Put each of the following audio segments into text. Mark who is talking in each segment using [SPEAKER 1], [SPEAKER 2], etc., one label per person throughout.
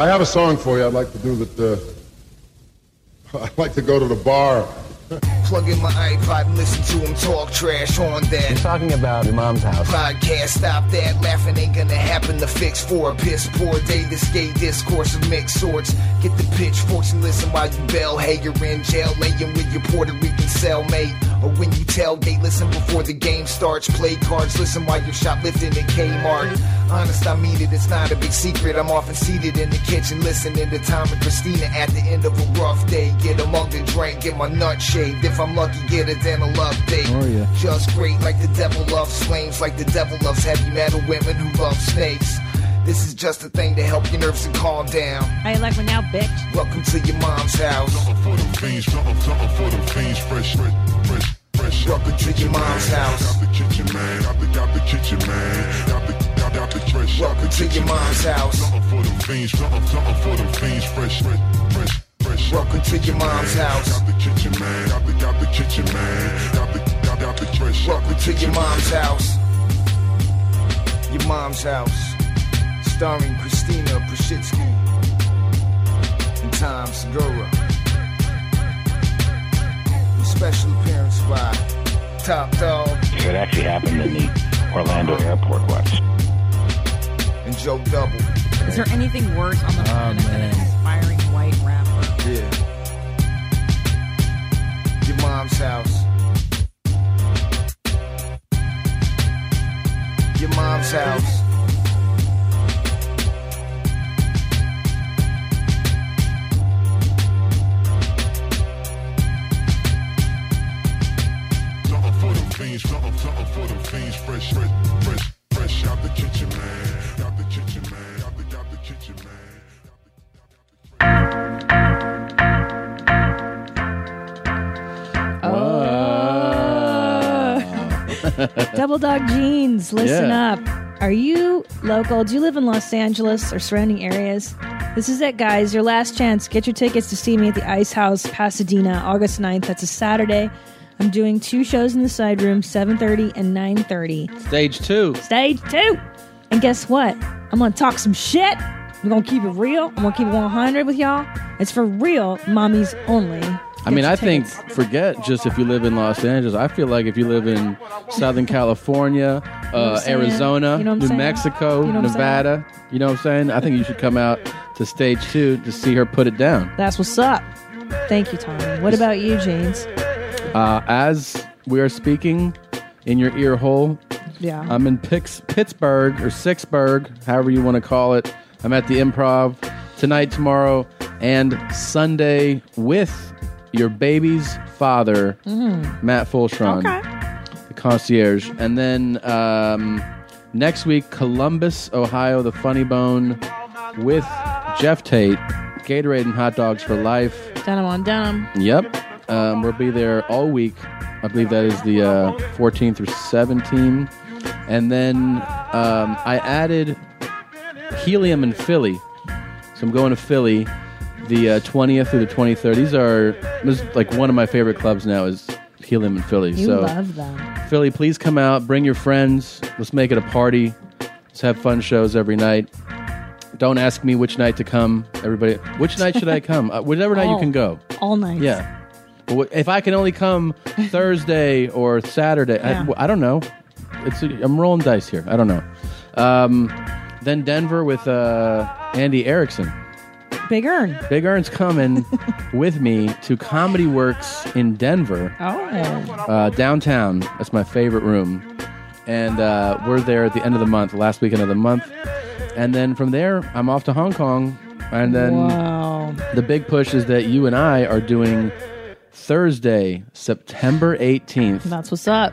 [SPEAKER 1] I have a song for you I'd like to do that. Uh, I'd like to go to the bar.
[SPEAKER 2] Plug in my iPod, listen to him talk trash on
[SPEAKER 3] You're
[SPEAKER 2] that.
[SPEAKER 3] talking about your mom's house.
[SPEAKER 2] Podcast, stop that. Laughing ain't gonna happen. The fix for a piss poor day. This gay discourse of mixed sorts. Get the pitchforks and listen while you bell. Hey, you're in jail. Laying with your Puerto Rican cellmate. Or when you tailgate, listen before the game starts. Play cards, listen while you're shoplifting at Kmart. Honest, I mean it. It's not a big secret. I'm often seated in the kitchen listening to Tom and Christina at the end of a rough day. Get a mug to drink, get my nut shaved. If I'm lucky, get a dental update.
[SPEAKER 4] Oh, yeah.
[SPEAKER 2] Just great, like the devil loves flames, like the devil loves heavy metal women who love snakes. This is just a thing to help your nerves and calm down.
[SPEAKER 5] I like we're now, bitch.
[SPEAKER 2] Welcome to your mom's house.
[SPEAKER 6] for them fiends, something, something for them fiends, fresh, fresh, fresh, fresh. Out the kitchen,
[SPEAKER 2] mom's
[SPEAKER 6] man.
[SPEAKER 2] house.
[SPEAKER 6] Out the kitchen, man. Out the, out the kitchen, man. Out the, out, out the fresh. out
[SPEAKER 2] Welcome
[SPEAKER 6] the
[SPEAKER 2] to your
[SPEAKER 6] kitchen,
[SPEAKER 2] mom's
[SPEAKER 6] man.
[SPEAKER 2] house.
[SPEAKER 6] Something for them fiends, something, something for them fiends, fresh, fresh, fresh, fresh. Out
[SPEAKER 2] Welcome
[SPEAKER 6] the
[SPEAKER 2] to your
[SPEAKER 6] kitchen,
[SPEAKER 2] mom's
[SPEAKER 6] man.
[SPEAKER 2] house.
[SPEAKER 6] Out the kitchen, man. Out the, out the kitchen, man. Out the, out, out the fresh. out the
[SPEAKER 2] Welcome to your
[SPEAKER 6] kitchen,
[SPEAKER 2] mom's house. Your mom's house. Starring Christina Prashitsky and Tom Segura. With special appearance by Top Dog
[SPEAKER 7] It actually happened in the Orlando airport once.
[SPEAKER 2] and Joe Double.
[SPEAKER 5] Is there anything worse on the planet than an aspiring white rapper?
[SPEAKER 2] Yeah. Your mom's house. Your mom's house.
[SPEAKER 6] Something for them fiends, something, something for them fiends, fresh, fresh, fresh, fresh. Out the kitchen, man. Out the kitchen, man. Out the, out the kitchen, man. Out the-
[SPEAKER 5] Double Dog Jeans, listen
[SPEAKER 4] Ah. Yeah.
[SPEAKER 5] up. Are you local? Do you live in Los Angeles or surrounding areas? This is it, guys. Your last chance. Get your tickets to see me at the Ice House, Pasadena, August 9th. That's a Saturday. I'm doing two shows in the side room, 7.30 and 9.30.
[SPEAKER 4] Stage two.
[SPEAKER 5] Stage two. And guess what? I'm going to talk some shit. I'm going to keep it real. I'm going to keep it 100 with y'all. It's for real. Mommies only.
[SPEAKER 4] I mean, I think forget just if you live in Los Angeles. I feel like if you live in Southern California, uh,
[SPEAKER 5] saying?
[SPEAKER 4] Arizona,
[SPEAKER 5] You know what I'm
[SPEAKER 4] New
[SPEAKER 5] saying?
[SPEAKER 4] Mexico,
[SPEAKER 5] You know what I'm saying?
[SPEAKER 4] Nevada, you know what I'm saying? I think you should come out to stage two to see her put it down.
[SPEAKER 5] That's what's up. Thank you, Tommy. What about you, Jeans?
[SPEAKER 4] Uh, as we are speaking in your ear hole,
[SPEAKER 5] Yeah.
[SPEAKER 4] I'm in Pix- Pittsburgh or Sixburg, however you want to call it. I'm at the improv tonight, tomorrow, and Sunday with your baby's father, Matt Fulshron, the concierge. And then um, next week, Columbus, Ohio, the Funny Bone with Jeff Tate, Gatorade and Hot Dogs for Life.
[SPEAKER 5] Denim on denim.
[SPEAKER 4] Yep. Um, we'll be there all week. I believe that is the uh, 14th or 17th. And then um, I added Helium in Philly. So I'm going to Philly the uh, 20th through the 23rd. These are this is like one of my favorite clubs now is Helium in Philly.
[SPEAKER 5] You
[SPEAKER 4] so
[SPEAKER 5] love them.
[SPEAKER 4] Philly, please come out. Bring your friends. Let's make it a party. Let's have fun shows every night. Don't ask me which night to come. Everybody, which night should I come? Uh, whatever night
[SPEAKER 5] Oh.
[SPEAKER 4] you can go.
[SPEAKER 5] All nights.
[SPEAKER 4] Yeah. But what- if I can only come Thursday or Saturday, I-
[SPEAKER 5] Yeah.
[SPEAKER 4] w- I, don't know. It's a, I'm rolling dice here. I don't know. Um, then Denver with uh, Andy Erickson.
[SPEAKER 5] Big Earn.
[SPEAKER 4] Big Earn's coming with me to Comedy Works in Denver,
[SPEAKER 5] Oh.
[SPEAKER 4] uh, downtown. That's my favorite room. And uh, we're there at the end of the month, last weekend of the month. And then from there, I'm off to Hong Kong. And then
[SPEAKER 5] Wow.
[SPEAKER 4] the big push is that you and I are doing Thursday, September 18th,
[SPEAKER 5] That's what's up.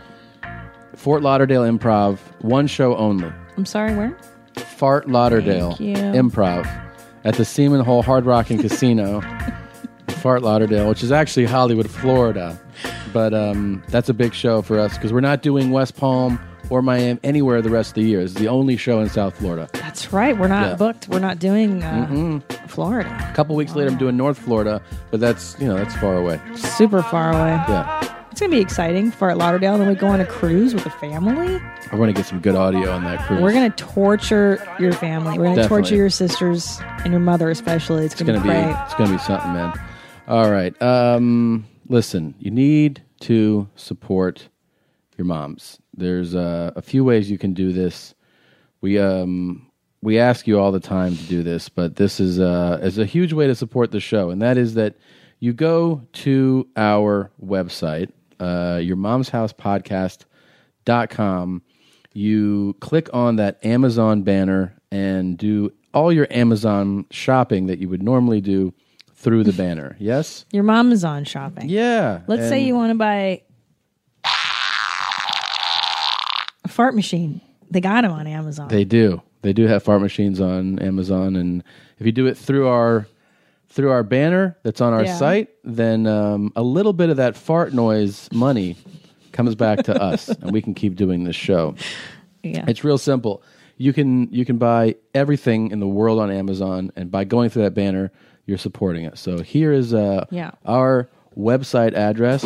[SPEAKER 4] Fort Lauderdale Improv, one show only.
[SPEAKER 5] I'm sorry, where?
[SPEAKER 4] Fort Lauderdale
[SPEAKER 5] Thank you.
[SPEAKER 4] Improv at the Seaman Hole Hard Rock and Casino, Fort Lauderdale, which is actually Hollywood, Florida. But um, that's a big show for us because we're not doing West Palm or Miami anywhere the rest of the year. It's the only show in South Florida.
[SPEAKER 5] That's right. We're not
[SPEAKER 4] Yeah. Mm-hmm.
[SPEAKER 5] booked. We're not doing uh, Florida.
[SPEAKER 4] A couple weeks later, I'm doing North Florida, but that's you know that's far away.
[SPEAKER 5] Super far away.
[SPEAKER 4] Yeah.
[SPEAKER 5] It's gonna be exciting. Fort Lauderdale. Then we go on a cruise with the family.
[SPEAKER 4] I want to get some good audio on that cruise.
[SPEAKER 5] We're gonna torture your family. We're gonna
[SPEAKER 4] Definitely.
[SPEAKER 5] torture your sisters and your mother especially. It's,
[SPEAKER 4] It's gonna be
[SPEAKER 5] great.
[SPEAKER 4] it's gonna be something, man. All right. Um, listen, you need to support your moms. There's uh, a few ways you can do this. We um we ask you all the time to do this, but this is uh is a huge way to support the show, and that is that you go to our website, uh, your mom's house podcast com. You click on that Amazon banner and do all your Amazon shopping that you would normally do through the banner. Yes?
[SPEAKER 5] Your mom is on shopping.
[SPEAKER 4] Yeah.
[SPEAKER 5] Let's say
[SPEAKER 4] And
[SPEAKER 5] you want to buy a fart machine. They got them on Amazon.
[SPEAKER 4] They do. They do have fart machines on Amazon and if you do it through our through our banner that's on our
[SPEAKER 5] Yeah.
[SPEAKER 4] site, then um, a little bit of that fart noise money comes back to us and we can keep doing this show.
[SPEAKER 5] yeah.
[SPEAKER 4] It's real simple. You can you can buy everything in the world on Amazon, and by going through that banner, you're supporting us. So here is uh,
[SPEAKER 5] Yeah.
[SPEAKER 4] our website address.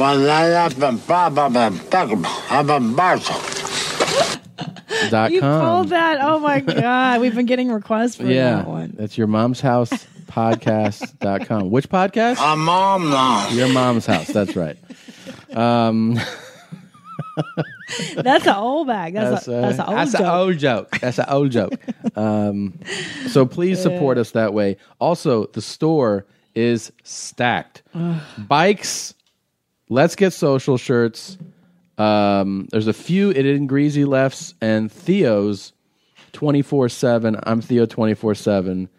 [SPEAKER 4] dot
[SPEAKER 5] you
[SPEAKER 4] com.
[SPEAKER 5] pulled that. Oh my god, we've been getting requests for
[SPEAKER 4] yeah,
[SPEAKER 5] that one.
[SPEAKER 4] that's your mom's house podcast dot com. Which podcast? My
[SPEAKER 2] Um,
[SPEAKER 4] mom Your mom's house. That's right.
[SPEAKER 5] That's an old bag. That's, a, that's an old
[SPEAKER 4] that's
[SPEAKER 5] joke.
[SPEAKER 4] an old joke. That's an old joke. Um, so please support us that way. Also, the store is stacked. Bikes, let's get social shirts. Um, there's a few it in greasy lefts and Theo's 24 seven. I'm Theo 24 seven.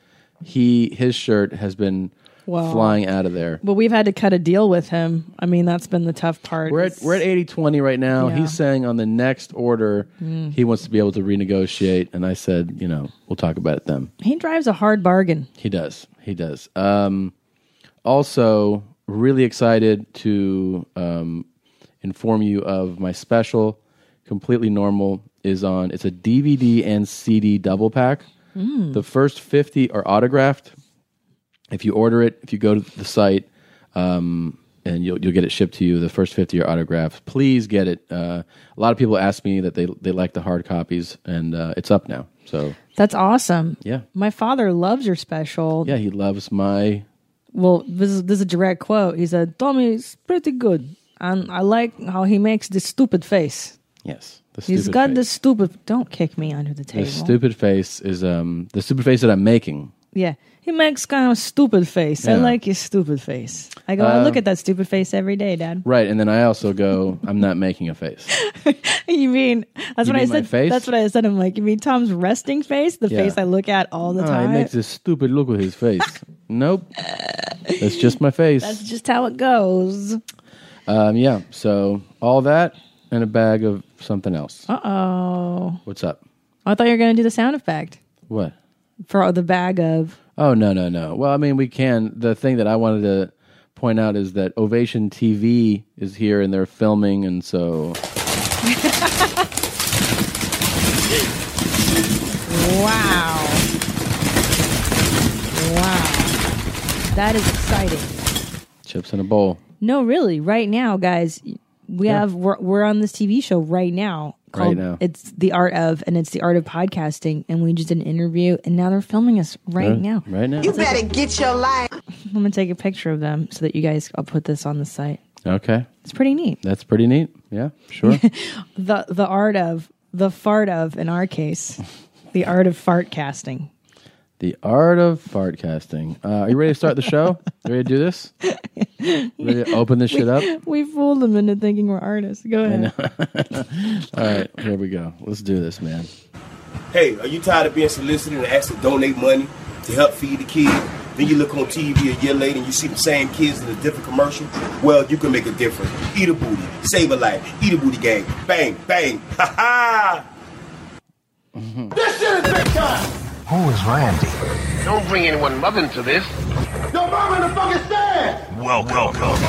[SPEAKER 4] He his shirt has been
[SPEAKER 5] Wow.
[SPEAKER 4] flying out of there.
[SPEAKER 5] But we've had to cut a deal with him. I mean, that's been the tough part.
[SPEAKER 4] We're at
[SPEAKER 5] is-
[SPEAKER 4] we're at 80 20 right now.
[SPEAKER 5] Yeah.
[SPEAKER 4] He's saying on the next order he wants to be able to renegotiate and I said, you know, we'll talk about it then.
[SPEAKER 5] he drives a hard bargain.
[SPEAKER 4] He does. He does. Um also really excited to um inform you of my special completely normal is on it's a DVD and CD double pack. The first 50 are autographed. If you order it, if you go to the site, um, and you'll you'll get it shipped to you. The first fifty are autographs. Please get it. Uh, a lot of people ask me that they they like the hard copies, and uh, it's up now. So
[SPEAKER 5] That's awesome.
[SPEAKER 4] Yeah.
[SPEAKER 5] My father loves your special.
[SPEAKER 4] yeah, he loves my
[SPEAKER 5] Well, this is, this is a direct quote. He said, Tommy's pretty good. And I like how he makes this stupid face.
[SPEAKER 4] yes. The
[SPEAKER 5] He's
[SPEAKER 4] stupid
[SPEAKER 5] got
[SPEAKER 4] face.
[SPEAKER 5] this stupid. Don't kick me under the
[SPEAKER 4] The
[SPEAKER 5] table.
[SPEAKER 4] stupid face is um the stupid face that I'm making.
[SPEAKER 5] Yeah. He makes kind of stupid face. I
[SPEAKER 4] Yeah. Uh,
[SPEAKER 5] like your stupid face. I go, I look at that stupid face every day, Dad.
[SPEAKER 4] Right, and then I also go, I'm not making a face.
[SPEAKER 5] You mean that's
[SPEAKER 4] You
[SPEAKER 5] what I
[SPEAKER 4] mean my
[SPEAKER 5] said?
[SPEAKER 4] face?
[SPEAKER 5] That's what I said. I'm like, you mean Tom's resting face, the
[SPEAKER 4] Yeah.
[SPEAKER 5] face I look at all the
[SPEAKER 4] Ah, he
[SPEAKER 5] time.
[SPEAKER 4] makes this stupid look with his face. nope, that's just my face.
[SPEAKER 5] That's just how it goes.
[SPEAKER 4] um, yeah. So all that and a bag of something else.
[SPEAKER 5] Uh oh.
[SPEAKER 4] What's up?
[SPEAKER 5] I thought you were gonna do the sound effect
[SPEAKER 4] What?
[SPEAKER 5] for the bag of.
[SPEAKER 4] Oh no no no! Well, I mean, we can. The thing that I wanted to point out is that Ovation TV is here and they're filming, and so
[SPEAKER 5] Wow. Wow. That is exciting.
[SPEAKER 4] chips in a bowl.
[SPEAKER 5] No, really, right now, guys, we have we're, we're on this TV show right now.
[SPEAKER 4] Right now.
[SPEAKER 5] it's the art of, and it's the art of podcasting. And we just did an interview, and now they're filming us right now.
[SPEAKER 4] right now.
[SPEAKER 8] better get your life.
[SPEAKER 5] I'm gonna take a picture of them so that you guys. I'll put this on the site.
[SPEAKER 4] Okay,
[SPEAKER 5] It's pretty neat.
[SPEAKER 4] that's pretty neat. Yeah, sure.
[SPEAKER 5] the The art of the fart of, in our case, the art of fart casting.
[SPEAKER 4] the art of fart casting. Uh, are you ready to start the show? You ready to do this? Ready to open this shit up?
[SPEAKER 5] We fooled them into thinking we're artists. Go ahead.
[SPEAKER 4] All right, here we go. Let's do this, man.
[SPEAKER 9] Hey, are you tired of being solicited and asked to donate money to help feed the kids? Then you look on TV a year later and you see the same kids in a different commercial? Well, you can make a difference. Eat a booty, save a life, eat a booty gang. Bang, bang, ha ha! This shit is big time!
[SPEAKER 1] Don't bring anyone mother into this.
[SPEAKER 9] Your mama in the fucking stand!
[SPEAKER 10] Welcome.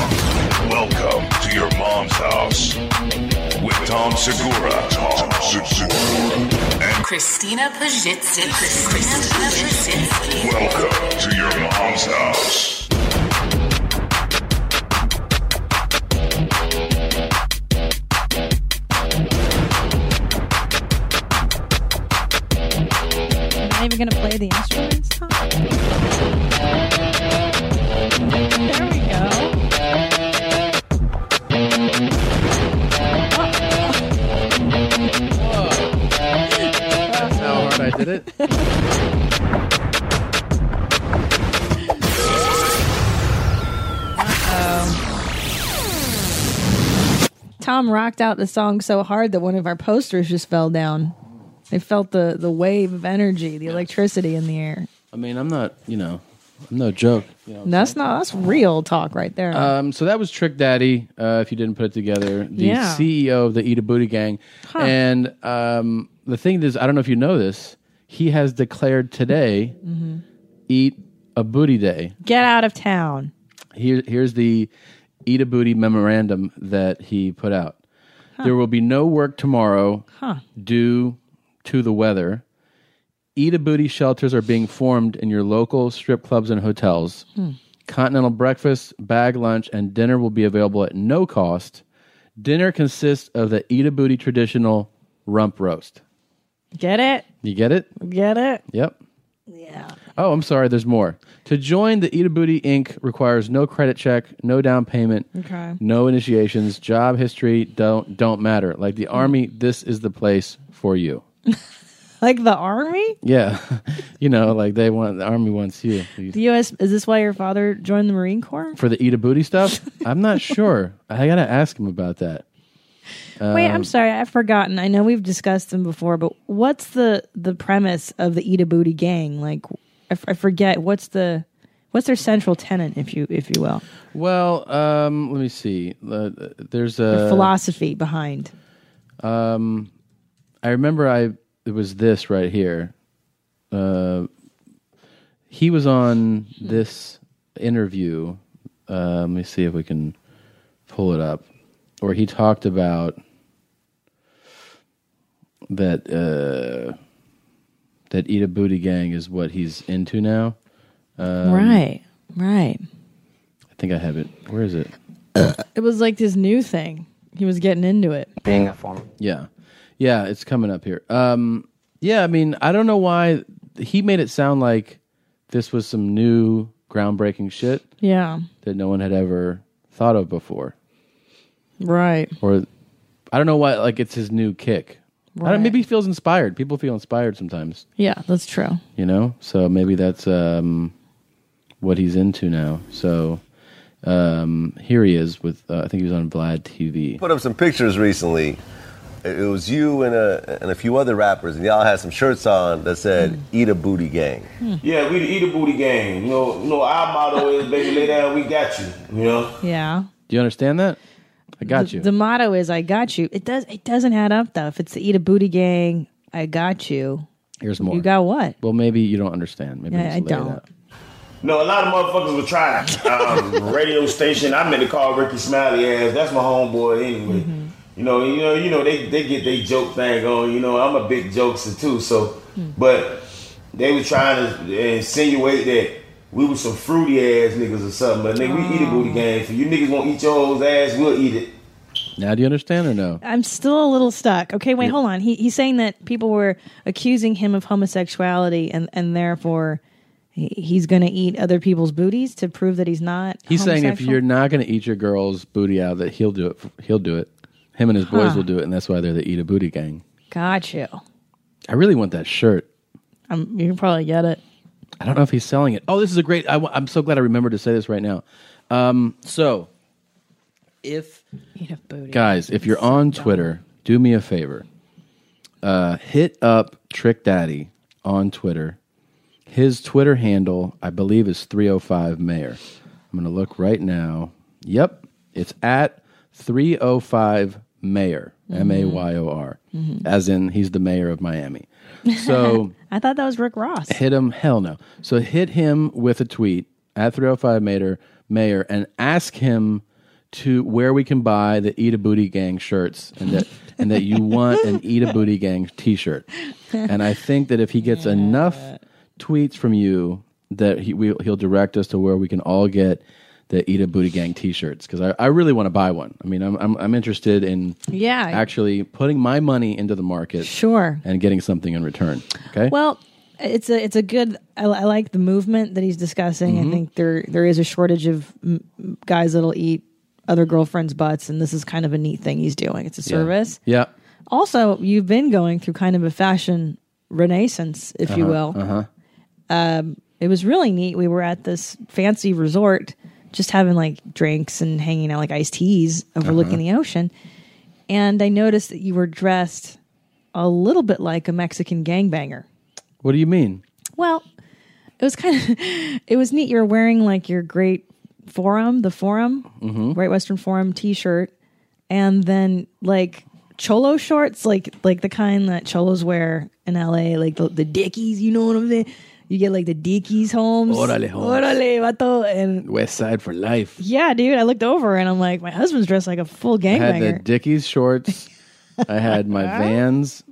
[SPEAKER 10] Welcome to your mom's house with Tom Segura. Tom Segura. And
[SPEAKER 11] Christina Pajitsky. Christina Pajitsky.
[SPEAKER 10] welcome to your mom's house.
[SPEAKER 5] Tom rocked out the song so hard that one of our posters just fell down. They felt the, the wave of energy, the electricity in the air.
[SPEAKER 4] I mean, I'm not, you know, I'm no joke. You know.
[SPEAKER 5] And that's not that's real talk right there.
[SPEAKER 4] Um, so that was Trick Daddy. Uh, if you didn't put it together, the
[SPEAKER 5] Yeah.
[SPEAKER 4] CEO of the Eat a Booty Gang, and um, the thing is, I don't know if you know this. He has declared today, Eat a Booty Day.
[SPEAKER 5] Get out of town.
[SPEAKER 4] Here, here's the Eat a Booty memorandum that he put out. There will be no work tomorrow due to the weather. Eat a Booty shelters are being formed in your local strip clubs and hotels. Continental breakfast, bag lunch, and dinner will be available at no cost. Dinner consists of the Eat a Booty traditional rump roast.
[SPEAKER 5] Get it?
[SPEAKER 4] You get it?
[SPEAKER 5] Get it?
[SPEAKER 4] Yep.
[SPEAKER 5] Yeah.
[SPEAKER 4] Oh, I'm sorry. There's more. To join the Eat a Booty Inc. requires no credit check, no down payment,
[SPEAKER 5] Okay.
[SPEAKER 4] no initiations, job history don't don't matter. Like the army, this is the place for you.
[SPEAKER 5] Like the army?
[SPEAKER 4] Yeah, you know, like they want the army wants you
[SPEAKER 5] The US is this why your father joined the Marine Corps?
[SPEAKER 4] for the Eat a Booty stuff. I'm not sure. I gotta ask him about that.
[SPEAKER 5] Wait, I'm sorry, I've forgotten. I know we've discussed them before, but what's the the premise of the Eat a Booty gang? Like, I, f- I forget what's the what's their central tenant, if you if you will,
[SPEAKER 4] Well, um, let me see. Uh, there's
[SPEAKER 5] their
[SPEAKER 4] a
[SPEAKER 5] philosophy behind.
[SPEAKER 4] I remember I it was this right here. Uh, he was on this interview. Uh, let me see if we can pull it up. Where he talked about that uh, that eat a booty gang is what he's into now.
[SPEAKER 5] right, right.
[SPEAKER 4] I think I have it. Where is it?
[SPEAKER 5] It was like this new thing. He was getting into it.
[SPEAKER 12] being a former
[SPEAKER 4] Yeah. Yeah, it's coming up here. Um yeah, I mean, I don't know why he made it sound like this was some new groundbreaking shit
[SPEAKER 5] Yeah,
[SPEAKER 4] that no one had ever thought of before.
[SPEAKER 5] right.
[SPEAKER 4] Or I don't know why like it's his new kick. I
[SPEAKER 5] Right.
[SPEAKER 4] don't, maybe he feels inspired. People feel inspired sometimes,
[SPEAKER 5] Yeah, that's true.
[SPEAKER 4] you know? So maybe that's um what he's into now. So um here he is with uh, I think he was on Vlad TV.
[SPEAKER 12] put up some pictures recently. It was you and a, and a few other rappers, and y'all had some shirts on that said "Eat a Booty Gang."
[SPEAKER 9] Yeah, we the eat a booty game. You know, you know our motto is baby lay down, we got you. You know,
[SPEAKER 5] Yeah.
[SPEAKER 4] Do you understand that? I got
[SPEAKER 5] the,
[SPEAKER 4] you.
[SPEAKER 5] the motto is "I got you." It does. It doesn't add up though. If it's the Eat a Booty gang, I got you.
[SPEAKER 4] Here's more.
[SPEAKER 5] You got what?
[SPEAKER 4] Well, maybe you don't understand. Maybe
[SPEAKER 5] Yeah,
[SPEAKER 4] just
[SPEAKER 5] I
[SPEAKER 4] lay it
[SPEAKER 5] don't.
[SPEAKER 4] out.
[SPEAKER 9] no, a lot of motherfuckers were trying. Um, radio station. I meant to call Ricky Smiley ass. That's my homeboy anyway. You know, you know, you know. They they get their joke thing on. You know, I'm a big jokester too. So, but they were trying to insinuate that. We was some fruity ass niggas or something, but nigga, we eat a booty game. If you niggas won't eat your hoes ass, we'll eat it.
[SPEAKER 4] Now, do you understand or no?
[SPEAKER 5] I'm still a little stuck. Okay, wait, hold on. He, he's saying that people were accusing him of homosexuality, and and therefore he- he's going to eat other people's booties to prove that he's not.
[SPEAKER 4] He's saying if
[SPEAKER 5] homosexual?
[SPEAKER 4] you're not going to eat your girl's booty out, that he'll do it. He'll do it. Him and his boys
[SPEAKER 5] Huh.
[SPEAKER 4] will do it, and that's why they're the eat a booty gang.
[SPEAKER 5] got you,
[SPEAKER 4] I really want that shirt.
[SPEAKER 5] um, you can probably get it.
[SPEAKER 4] I don't know if he's selling it. Oh, this is a great. I, am so glad I remembered to say this right now. Um, so, if
[SPEAKER 5] Eat a booty,
[SPEAKER 4] guys, if you're on Twitter, do me a favor. Uh, hit up Trick Daddy on Twitter. His Twitter handle, I believe, is 305 Mayor. I'm going to look right now. Yep, it's at 305 Mayor, M A Y O R, as in he's the mayor of Miami. So
[SPEAKER 5] I thought that was Rick Ross.
[SPEAKER 4] hit him hell no so hit him with a tweet at 305 mayor mayor and ask him to where we can buy the eat a booty gang shirts and that and that you want an eat a booty gang t-shirt and i think that if he gets enough tweets from you that he we, he'll direct us to where we can all get the eat a booty gang t-shirts because I, I really want to buy one i mean I'm, I'm i'm interested in
[SPEAKER 5] Yeah.
[SPEAKER 4] actually putting my money into the market
[SPEAKER 5] Sure.
[SPEAKER 4] and getting something in return okay
[SPEAKER 5] Well, it's a it's a good. I, I like the movement that he's discussing.
[SPEAKER 4] Mm-hmm.
[SPEAKER 5] I think there there is a shortage of mm, guys that'll eat other girlfriends' butts, and this is kind of a neat thing he's doing. It's a service.
[SPEAKER 4] yeah
[SPEAKER 5] Also, you've been going through kind of a fashion renaissance, if you will. Um, it was really neat. We were at this fancy resort, just having like drinks and hanging out like iced teas overlooking the ocean. and I noticed that you were dressed a little bit like a Mexican gangbanger.
[SPEAKER 4] What do you mean?
[SPEAKER 5] Well, it was kind of it was neat. You were wearing like your great forum, the forum,
[SPEAKER 4] Mhm.
[SPEAKER 5] Great Western Forum T-shirt, and then like cholo shorts, like like the kind that cholos wear in L.A., like the, the dickies. You know what I'm saying? You get like the dickies, Holmes.
[SPEAKER 4] Órale, Holmes.
[SPEAKER 5] Órale, vato. And
[SPEAKER 4] West Side for life.
[SPEAKER 5] yeah, dude, I looked over and I'm like, my husband's dressed like a full
[SPEAKER 4] I had the
[SPEAKER 5] gangbanger.
[SPEAKER 4] Dickies shorts. I had my Vans,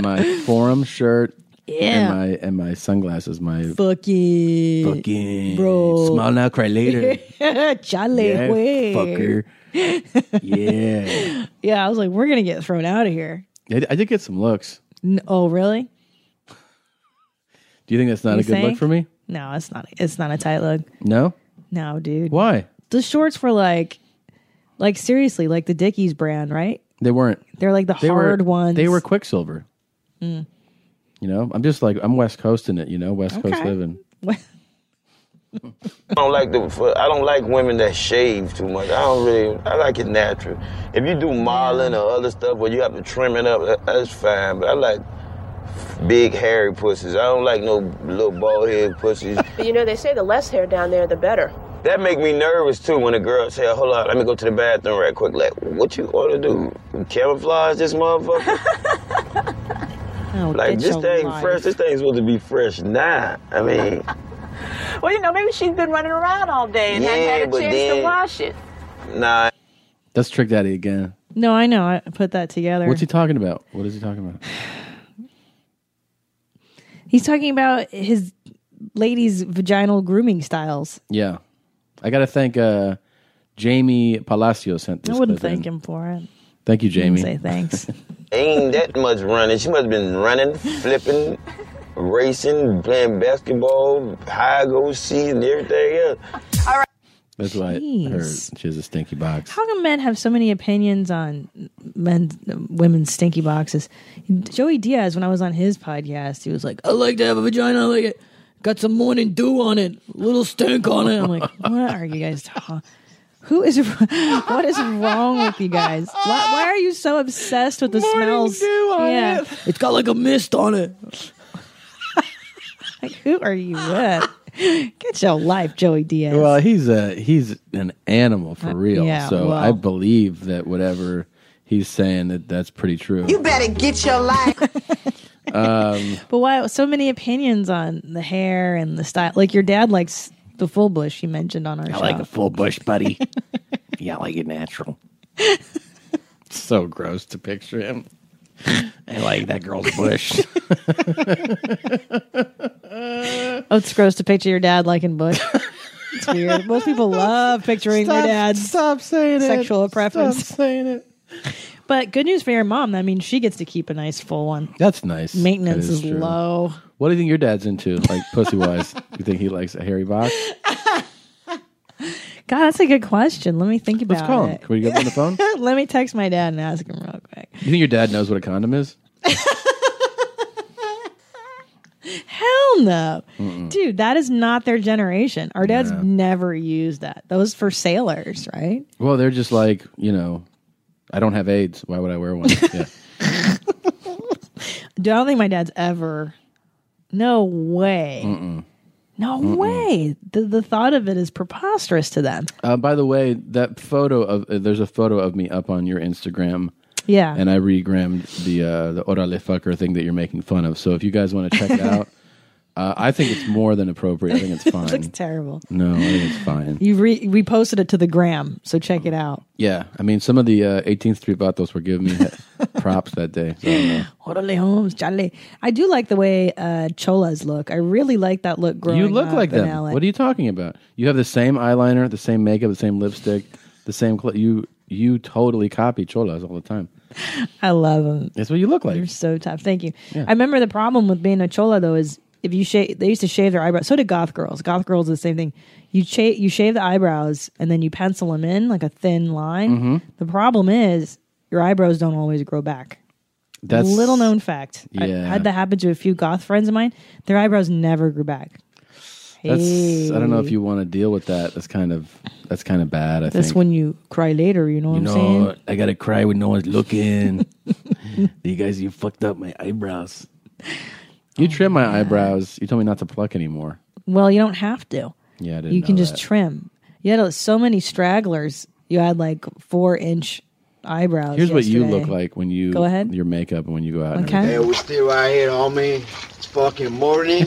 [SPEAKER 4] my Forum shirt,
[SPEAKER 5] Yeah.
[SPEAKER 4] and my and my sunglasses. My
[SPEAKER 5] Fucking,
[SPEAKER 4] fucking
[SPEAKER 5] bro.
[SPEAKER 4] Smile now, cry later.
[SPEAKER 5] Chale,
[SPEAKER 4] yeah,
[SPEAKER 5] wey.
[SPEAKER 4] fucker. yeah.
[SPEAKER 5] Yeah, I was like, we're gonna get thrown out of here.
[SPEAKER 4] I, I did get some looks.
[SPEAKER 5] N- oh, really?
[SPEAKER 4] Do you think that's not
[SPEAKER 5] You
[SPEAKER 4] a good look
[SPEAKER 5] think?
[SPEAKER 4] for me?
[SPEAKER 5] No, it's not. It's not a tight look.
[SPEAKER 4] No.
[SPEAKER 5] No, dude.
[SPEAKER 4] Why?
[SPEAKER 5] The shorts were like, like seriously, like the Dickies brand, right?
[SPEAKER 4] They weren't.
[SPEAKER 5] They're like the
[SPEAKER 4] They
[SPEAKER 5] hard
[SPEAKER 4] were,
[SPEAKER 5] ones.
[SPEAKER 4] They were Quicksilver.
[SPEAKER 5] Mm.
[SPEAKER 4] You know, I'm just like I'm West Coasting it. You know, West Coast
[SPEAKER 13] Okay.
[SPEAKER 4] living.
[SPEAKER 13] I don't like the. for- I don't like women that shave too much. I don't really. I like it natural. If you do modeling or other stuff where you have to trim it up, that, that's fine. But I like big hairy pussies. I don't like no little bald head pussies.
[SPEAKER 14] But you know, they say the less hair down there, the better.
[SPEAKER 13] That make me nervous too when a girl say, "Hold on, let me go to the bathroom right quick." Like, what you ought to do? Camouflage this motherfucker? like,
[SPEAKER 14] get
[SPEAKER 13] this
[SPEAKER 14] your
[SPEAKER 13] thing
[SPEAKER 14] life.
[SPEAKER 13] fresh. This thing's supposed to be fresh now. I mean,
[SPEAKER 14] Well, you know, maybe she's been running around all day and hadn't
[SPEAKER 13] Yeah,
[SPEAKER 14] had a
[SPEAKER 13] but
[SPEAKER 14] chance to
[SPEAKER 13] then-
[SPEAKER 14] wash it.
[SPEAKER 13] nah.
[SPEAKER 4] That's Trick Daddy again.
[SPEAKER 5] No, I know. I put that together.
[SPEAKER 4] What's he talking about? What is he talking about?
[SPEAKER 5] He's talking about his ladies' vaginal grooming styles.
[SPEAKER 4] Yeah, I got to thank uh, Jamie Palacio sent this.
[SPEAKER 5] I wouldn't
[SPEAKER 4] clip in.
[SPEAKER 5] thank him for it.
[SPEAKER 4] Thank you, Jamie.
[SPEAKER 5] Say thanks.
[SPEAKER 13] Ain't that much running. She must have been running, flipping, racing, playing basketball, high go seas, and everything else. All right.
[SPEAKER 4] That's why her she has a stinky box.
[SPEAKER 5] How come men have so many opinions on men, women's stinky boxes? Joey Diaz, when I was on his podcast, he was like, "I like to have a vagina. I like it. Got some morning dew on it, little stink on it." I'm like, "What are you guys talking? Who is? What is wrong with you guys? Why, why are you so obsessed with the smells?
[SPEAKER 4] on it.
[SPEAKER 5] it's got like a mist on it. like, who are you with? Get your life, Joey Diaz.
[SPEAKER 4] Well, he's a he's an animal for real.
[SPEAKER 5] Uh, yeah,
[SPEAKER 4] so
[SPEAKER 5] well.
[SPEAKER 4] I believe that whatever he's saying that that's pretty true.
[SPEAKER 5] better get your life.
[SPEAKER 4] um,
[SPEAKER 5] But why so many opinions on the hair and the style? Like your dad likes the full bush you mentioned on our show.
[SPEAKER 4] full bush, buddy. yeah, I like it natural. so gross to picture him. I like that girl's bush.
[SPEAKER 5] oh, it's gross to picture your dad liking bush. it's weird. Most people love picturing
[SPEAKER 4] Stop-
[SPEAKER 5] their dad's
[SPEAKER 4] stop saying it.
[SPEAKER 5] sexual
[SPEAKER 4] Stop
[SPEAKER 5] preference.
[SPEAKER 4] saying it.
[SPEAKER 5] But good news for your mom. That means she gets to keep a nice full one.
[SPEAKER 4] That's nice.
[SPEAKER 5] Maintenance
[SPEAKER 4] That
[SPEAKER 5] is,
[SPEAKER 4] true.
[SPEAKER 5] low.
[SPEAKER 4] What do you think your dad's into, like pussy wise? you think he likes a hairy box?
[SPEAKER 5] God, that's a good question. Let me think about
[SPEAKER 4] Let's call him.
[SPEAKER 5] it.
[SPEAKER 4] Can we get on the phone?
[SPEAKER 5] Let me text my dad and ask him real quick.
[SPEAKER 4] You think your dad knows what a condom is?
[SPEAKER 5] Hell no.
[SPEAKER 4] Mm-mm.
[SPEAKER 5] Dude, that is not their generation. Our dads
[SPEAKER 4] Yeah.
[SPEAKER 5] never used that. Those for sailors, right?
[SPEAKER 4] Well, they're just like you know, I don't have AIDS. Why would I wear one? Yeah.
[SPEAKER 5] Dude, I don't think my dad's ever. No way.
[SPEAKER 4] Mm-mm.
[SPEAKER 5] No
[SPEAKER 4] Mm-mm.
[SPEAKER 5] way. The the thought of it is preposterous to them.
[SPEAKER 4] Uh, by the way, that photo of uh, there's a photo of me up on your Instagram.
[SPEAKER 5] Yeah.
[SPEAKER 4] and I regrammed the uh, the orale fucker thing that you're making fun of. So if you guys want to check it out, uh, I think it's more than appropriate. I think it's fine.
[SPEAKER 5] it looks terrible.
[SPEAKER 4] no, I think it's fine.
[SPEAKER 5] You re- we posted it to the gram, so check it out.
[SPEAKER 4] Yeah, I mean, some of the uh, 18th Street vatos were giving me props that day. So, uh,
[SPEAKER 5] Orale Holmes, Charlie. I do like the way uh, cholas look. I really like that look growing
[SPEAKER 4] you look
[SPEAKER 5] up
[SPEAKER 4] like
[SPEAKER 5] in
[SPEAKER 4] them.
[SPEAKER 5] LA.
[SPEAKER 4] What are you talking about? You have the same eyeliner, the same makeup, the same lipstick, the same. Cl- you you totally copy cholas all the time.
[SPEAKER 5] I love them.
[SPEAKER 4] That's what you look like.
[SPEAKER 5] You're so tough. Thank you.
[SPEAKER 4] Yeah.
[SPEAKER 5] I remember the problem with being a chola though is if you shave, they used to shave their eyebrows. So did goth girls. Goth girls are the same thing. You shave, you shave the eyebrows and then you pencil them in like a thin line.
[SPEAKER 4] Mhm.
[SPEAKER 5] The problem is your eyebrows don't always grow back.
[SPEAKER 4] That's
[SPEAKER 5] little known fact. I
[SPEAKER 4] Yeah.
[SPEAKER 5] had that happen to a few goth friends of mine. Their eyebrows never grew back.
[SPEAKER 4] That's I don't know if you want to deal with that. That's kind of that's kind of bad. I
[SPEAKER 5] That's
[SPEAKER 4] think.
[SPEAKER 5] when you cry later. You know what
[SPEAKER 4] you
[SPEAKER 5] I'm
[SPEAKER 4] know,
[SPEAKER 5] saying?
[SPEAKER 4] I gotta cry when no one's looking. you guys, you fucked up my eyebrows.
[SPEAKER 5] Oh
[SPEAKER 4] You trim my eyebrows. You told me not to pluck anymore.
[SPEAKER 5] Well, you don't have to.
[SPEAKER 4] Yeah, I didn't
[SPEAKER 5] You can
[SPEAKER 4] know
[SPEAKER 5] just
[SPEAKER 4] that.
[SPEAKER 5] trim. You had uh, so many stragglers. You had like four inch eyebrows.
[SPEAKER 4] Here's what you look
[SPEAKER 5] yesterday.
[SPEAKER 4] like when you
[SPEAKER 5] Go ahead.
[SPEAKER 4] Your makeup and when you go out. and
[SPEAKER 5] Okay.
[SPEAKER 4] everything.
[SPEAKER 5] Hey,
[SPEAKER 15] we're still right here, homie. It's fucking morning.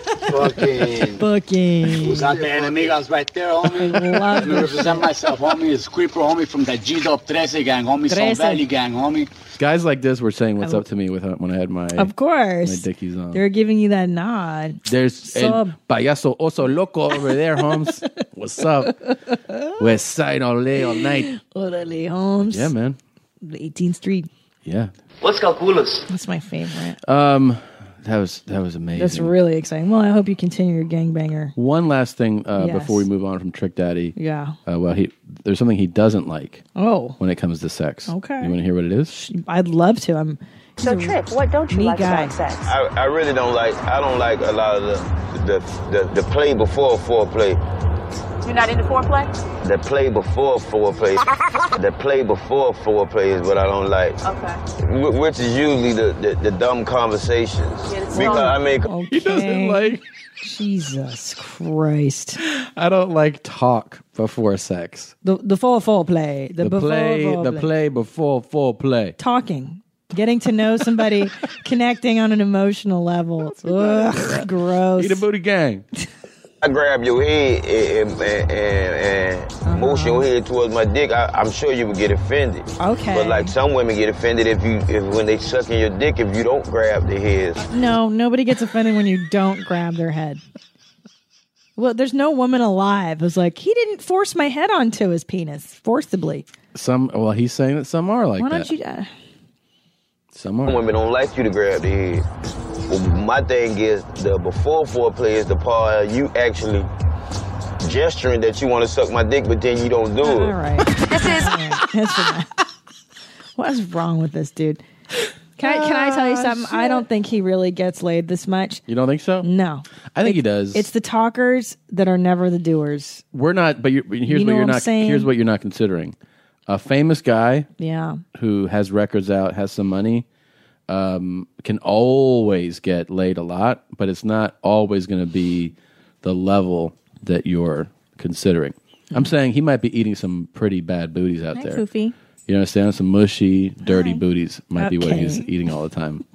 [SPEAKER 15] fucking.
[SPEAKER 5] Fucking.
[SPEAKER 15] Who's out there, enemigos, right there, homie?
[SPEAKER 5] love
[SPEAKER 15] Let me
[SPEAKER 5] this
[SPEAKER 15] represent myself, homie. It's Creeper, homie, from the G Dub 13 gang, homie. Sun
[SPEAKER 5] Trece.
[SPEAKER 15] Valley gang, homie.
[SPEAKER 4] Guys like this were saying what's
[SPEAKER 5] Oh.
[SPEAKER 4] up to me with uh, when I had my
[SPEAKER 5] Of course.
[SPEAKER 4] my uh, dickies on.
[SPEAKER 5] They're giving you that nod.
[SPEAKER 4] There's
[SPEAKER 5] Sub.
[SPEAKER 4] El payaso oso loco over there, Holmes. what's up? West side all day, all night.
[SPEAKER 5] Orale Holmes.
[SPEAKER 4] Yeah, man.
[SPEAKER 5] 18th Street.
[SPEAKER 4] Yeah.
[SPEAKER 5] What's calculus? That's my favorite.
[SPEAKER 4] Um, that was that was amazing.
[SPEAKER 5] That's really exciting. Well, I hope you continue your gangbanger.
[SPEAKER 4] One last thing uh,
[SPEAKER 5] Yes.
[SPEAKER 4] before we move on from Trick Daddy.
[SPEAKER 5] Yeah.
[SPEAKER 4] Uh, well, he there's something he doesn't like
[SPEAKER 5] Oh,
[SPEAKER 4] when it comes to sex.
[SPEAKER 5] Okay.
[SPEAKER 4] You want to hear what it is?
[SPEAKER 5] I'd love to. I'm
[SPEAKER 14] So, Trick, what don't you
[SPEAKER 5] Me
[SPEAKER 14] like
[SPEAKER 5] guy.
[SPEAKER 14] about sex?
[SPEAKER 13] I, I really don't like I don't like a lot of the the, the, the play before foreplay.
[SPEAKER 14] You're not into foreplay?
[SPEAKER 13] The play before foreplay. the play before foreplay is what I don't like.
[SPEAKER 14] Okay.
[SPEAKER 13] Wh- Which is usually the, the, the dumb conversations.
[SPEAKER 14] Yeah, it's
[SPEAKER 13] Because I
[SPEAKER 14] dumb.
[SPEAKER 13] mean,
[SPEAKER 16] Oh.
[SPEAKER 5] Okay. He doesn't
[SPEAKER 4] like.
[SPEAKER 5] Jesus Christ.
[SPEAKER 4] I don't like talk before sex.
[SPEAKER 5] The the full full play. The,
[SPEAKER 4] The,
[SPEAKER 5] before
[SPEAKER 4] play,
[SPEAKER 5] full
[SPEAKER 4] the play before full play.
[SPEAKER 5] Talking. Getting to know somebody, connecting on an emotional level. Ugh, gross.
[SPEAKER 13] Eat a
[SPEAKER 4] booty gang.
[SPEAKER 13] I grab your head and, and, and, and motion your head towards my dick. I, I'm sure you would get offended.
[SPEAKER 5] Okay.
[SPEAKER 13] But like some women get offended if you if when they suck in your dick if you don't grab the heads.
[SPEAKER 5] No, nobody gets offended when you don't grab their head. Well, there's no woman alive who's like, he didn't force my head onto his penis forcibly.
[SPEAKER 4] Some well, he's saying that some are like
[SPEAKER 5] Why
[SPEAKER 4] that.
[SPEAKER 5] don't you? Uh,
[SPEAKER 4] Some are.
[SPEAKER 13] Some women don't like you to grab the head. Well, my thing is the before foreplay is the part you actually gesturing that you want to suck my dick, but then you don't do it.
[SPEAKER 5] all right. this is. what is wrong with this dude? Can I, can I tell you
[SPEAKER 17] Ah,
[SPEAKER 5] something? I
[SPEAKER 17] shit.
[SPEAKER 5] don't think he really gets laid this much.
[SPEAKER 4] You don't think so?
[SPEAKER 5] No.
[SPEAKER 4] I think he does.
[SPEAKER 5] It's the talkers that are never the doers.
[SPEAKER 4] We're not, but you're, here's
[SPEAKER 5] You know
[SPEAKER 4] what you're
[SPEAKER 5] what I'm
[SPEAKER 4] not.
[SPEAKER 5] saying?
[SPEAKER 4] Here's what you're not considering: a famous guy
[SPEAKER 5] Yeah.
[SPEAKER 4] who has records out, has some money, um, can always get laid a lot, but it's not always going to be the level that you're considering. I'm saying he might be eating some pretty bad booties out
[SPEAKER 5] Hi,
[SPEAKER 4] there.
[SPEAKER 5] Foofy.
[SPEAKER 4] You understand? Some mushy, dirty booties might be what he's
[SPEAKER 5] Okay.
[SPEAKER 4] eating all the time.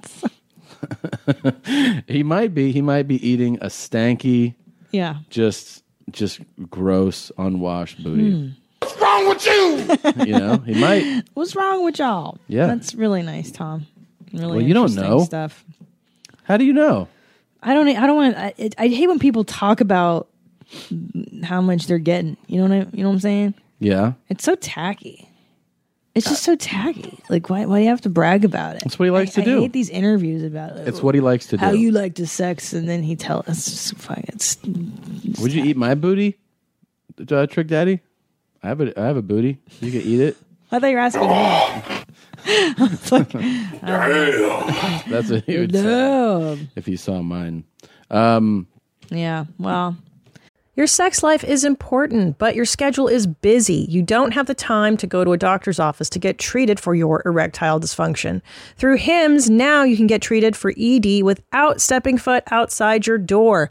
[SPEAKER 4] he might be. He might be eating a stanky,
[SPEAKER 5] Yeah.
[SPEAKER 4] just just gross, unwashed booty.
[SPEAKER 5] Hmm. What's wrong with you?
[SPEAKER 4] You know, he might.
[SPEAKER 5] What's wrong with y'all?
[SPEAKER 4] Yeah.
[SPEAKER 5] That's really nice, Tom. Really
[SPEAKER 4] Well, you don't
[SPEAKER 5] interesting
[SPEAKER 4] know.
[SPEAKER 5] stuff.
[SPEAKER 4] How do you know?
[SPEAKER 5] I don't. I don't want. I, it- I hate when people talk about how much they're getting. You know what I, You know what I'm saying?
[SPEAKER 4] Yeah.
[SPEAKER 5] It's so tacky. It's just so tacky. Like why? Why do you have to brag about it?
[SPEAKER 4] That's what he likes
[SPEAKER 5] I,
[SPEAKER 4] to do.
[SPEAKER 5] I hate these interviews about it.
[SPEAKER 4] It's what he likes to
[SPEAKER 5] how
[SPEAKER 4] do.
[SPEAKER 5] you like to sex, and then he tells us just fucking. It's,
[SPEAKER 4] Would you eat my booty, uh, Trick Daddy? I have a I have a booty. You could eat it.
[SPEAKER 5] I thought you were asking. I was like,
[SPEAKER 4] That's what he would
[SPEAKER 5] Damn.
[SPEAKER 4] say if he saw mine. Um,
[SPEAKER 5] yeah. Well,
[SPEAKER 16] Your sex life is important, but your schedule is busy. You don't have the time to go to a doctor's office to get treated for your erectile dysfunction. Through HIMS, now you can get treated for ED without stepping foot outside your door.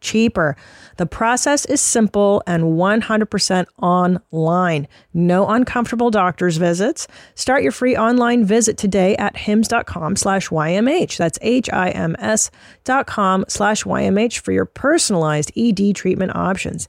[SPEAKER 16] cheaper. The process is simple and 100% online. No uncomfortable doctor's visits. Start your free online visit today at hims.com slash YMH. That's H-I-M-S dot com slash YMH for your personalized E ED treatment options.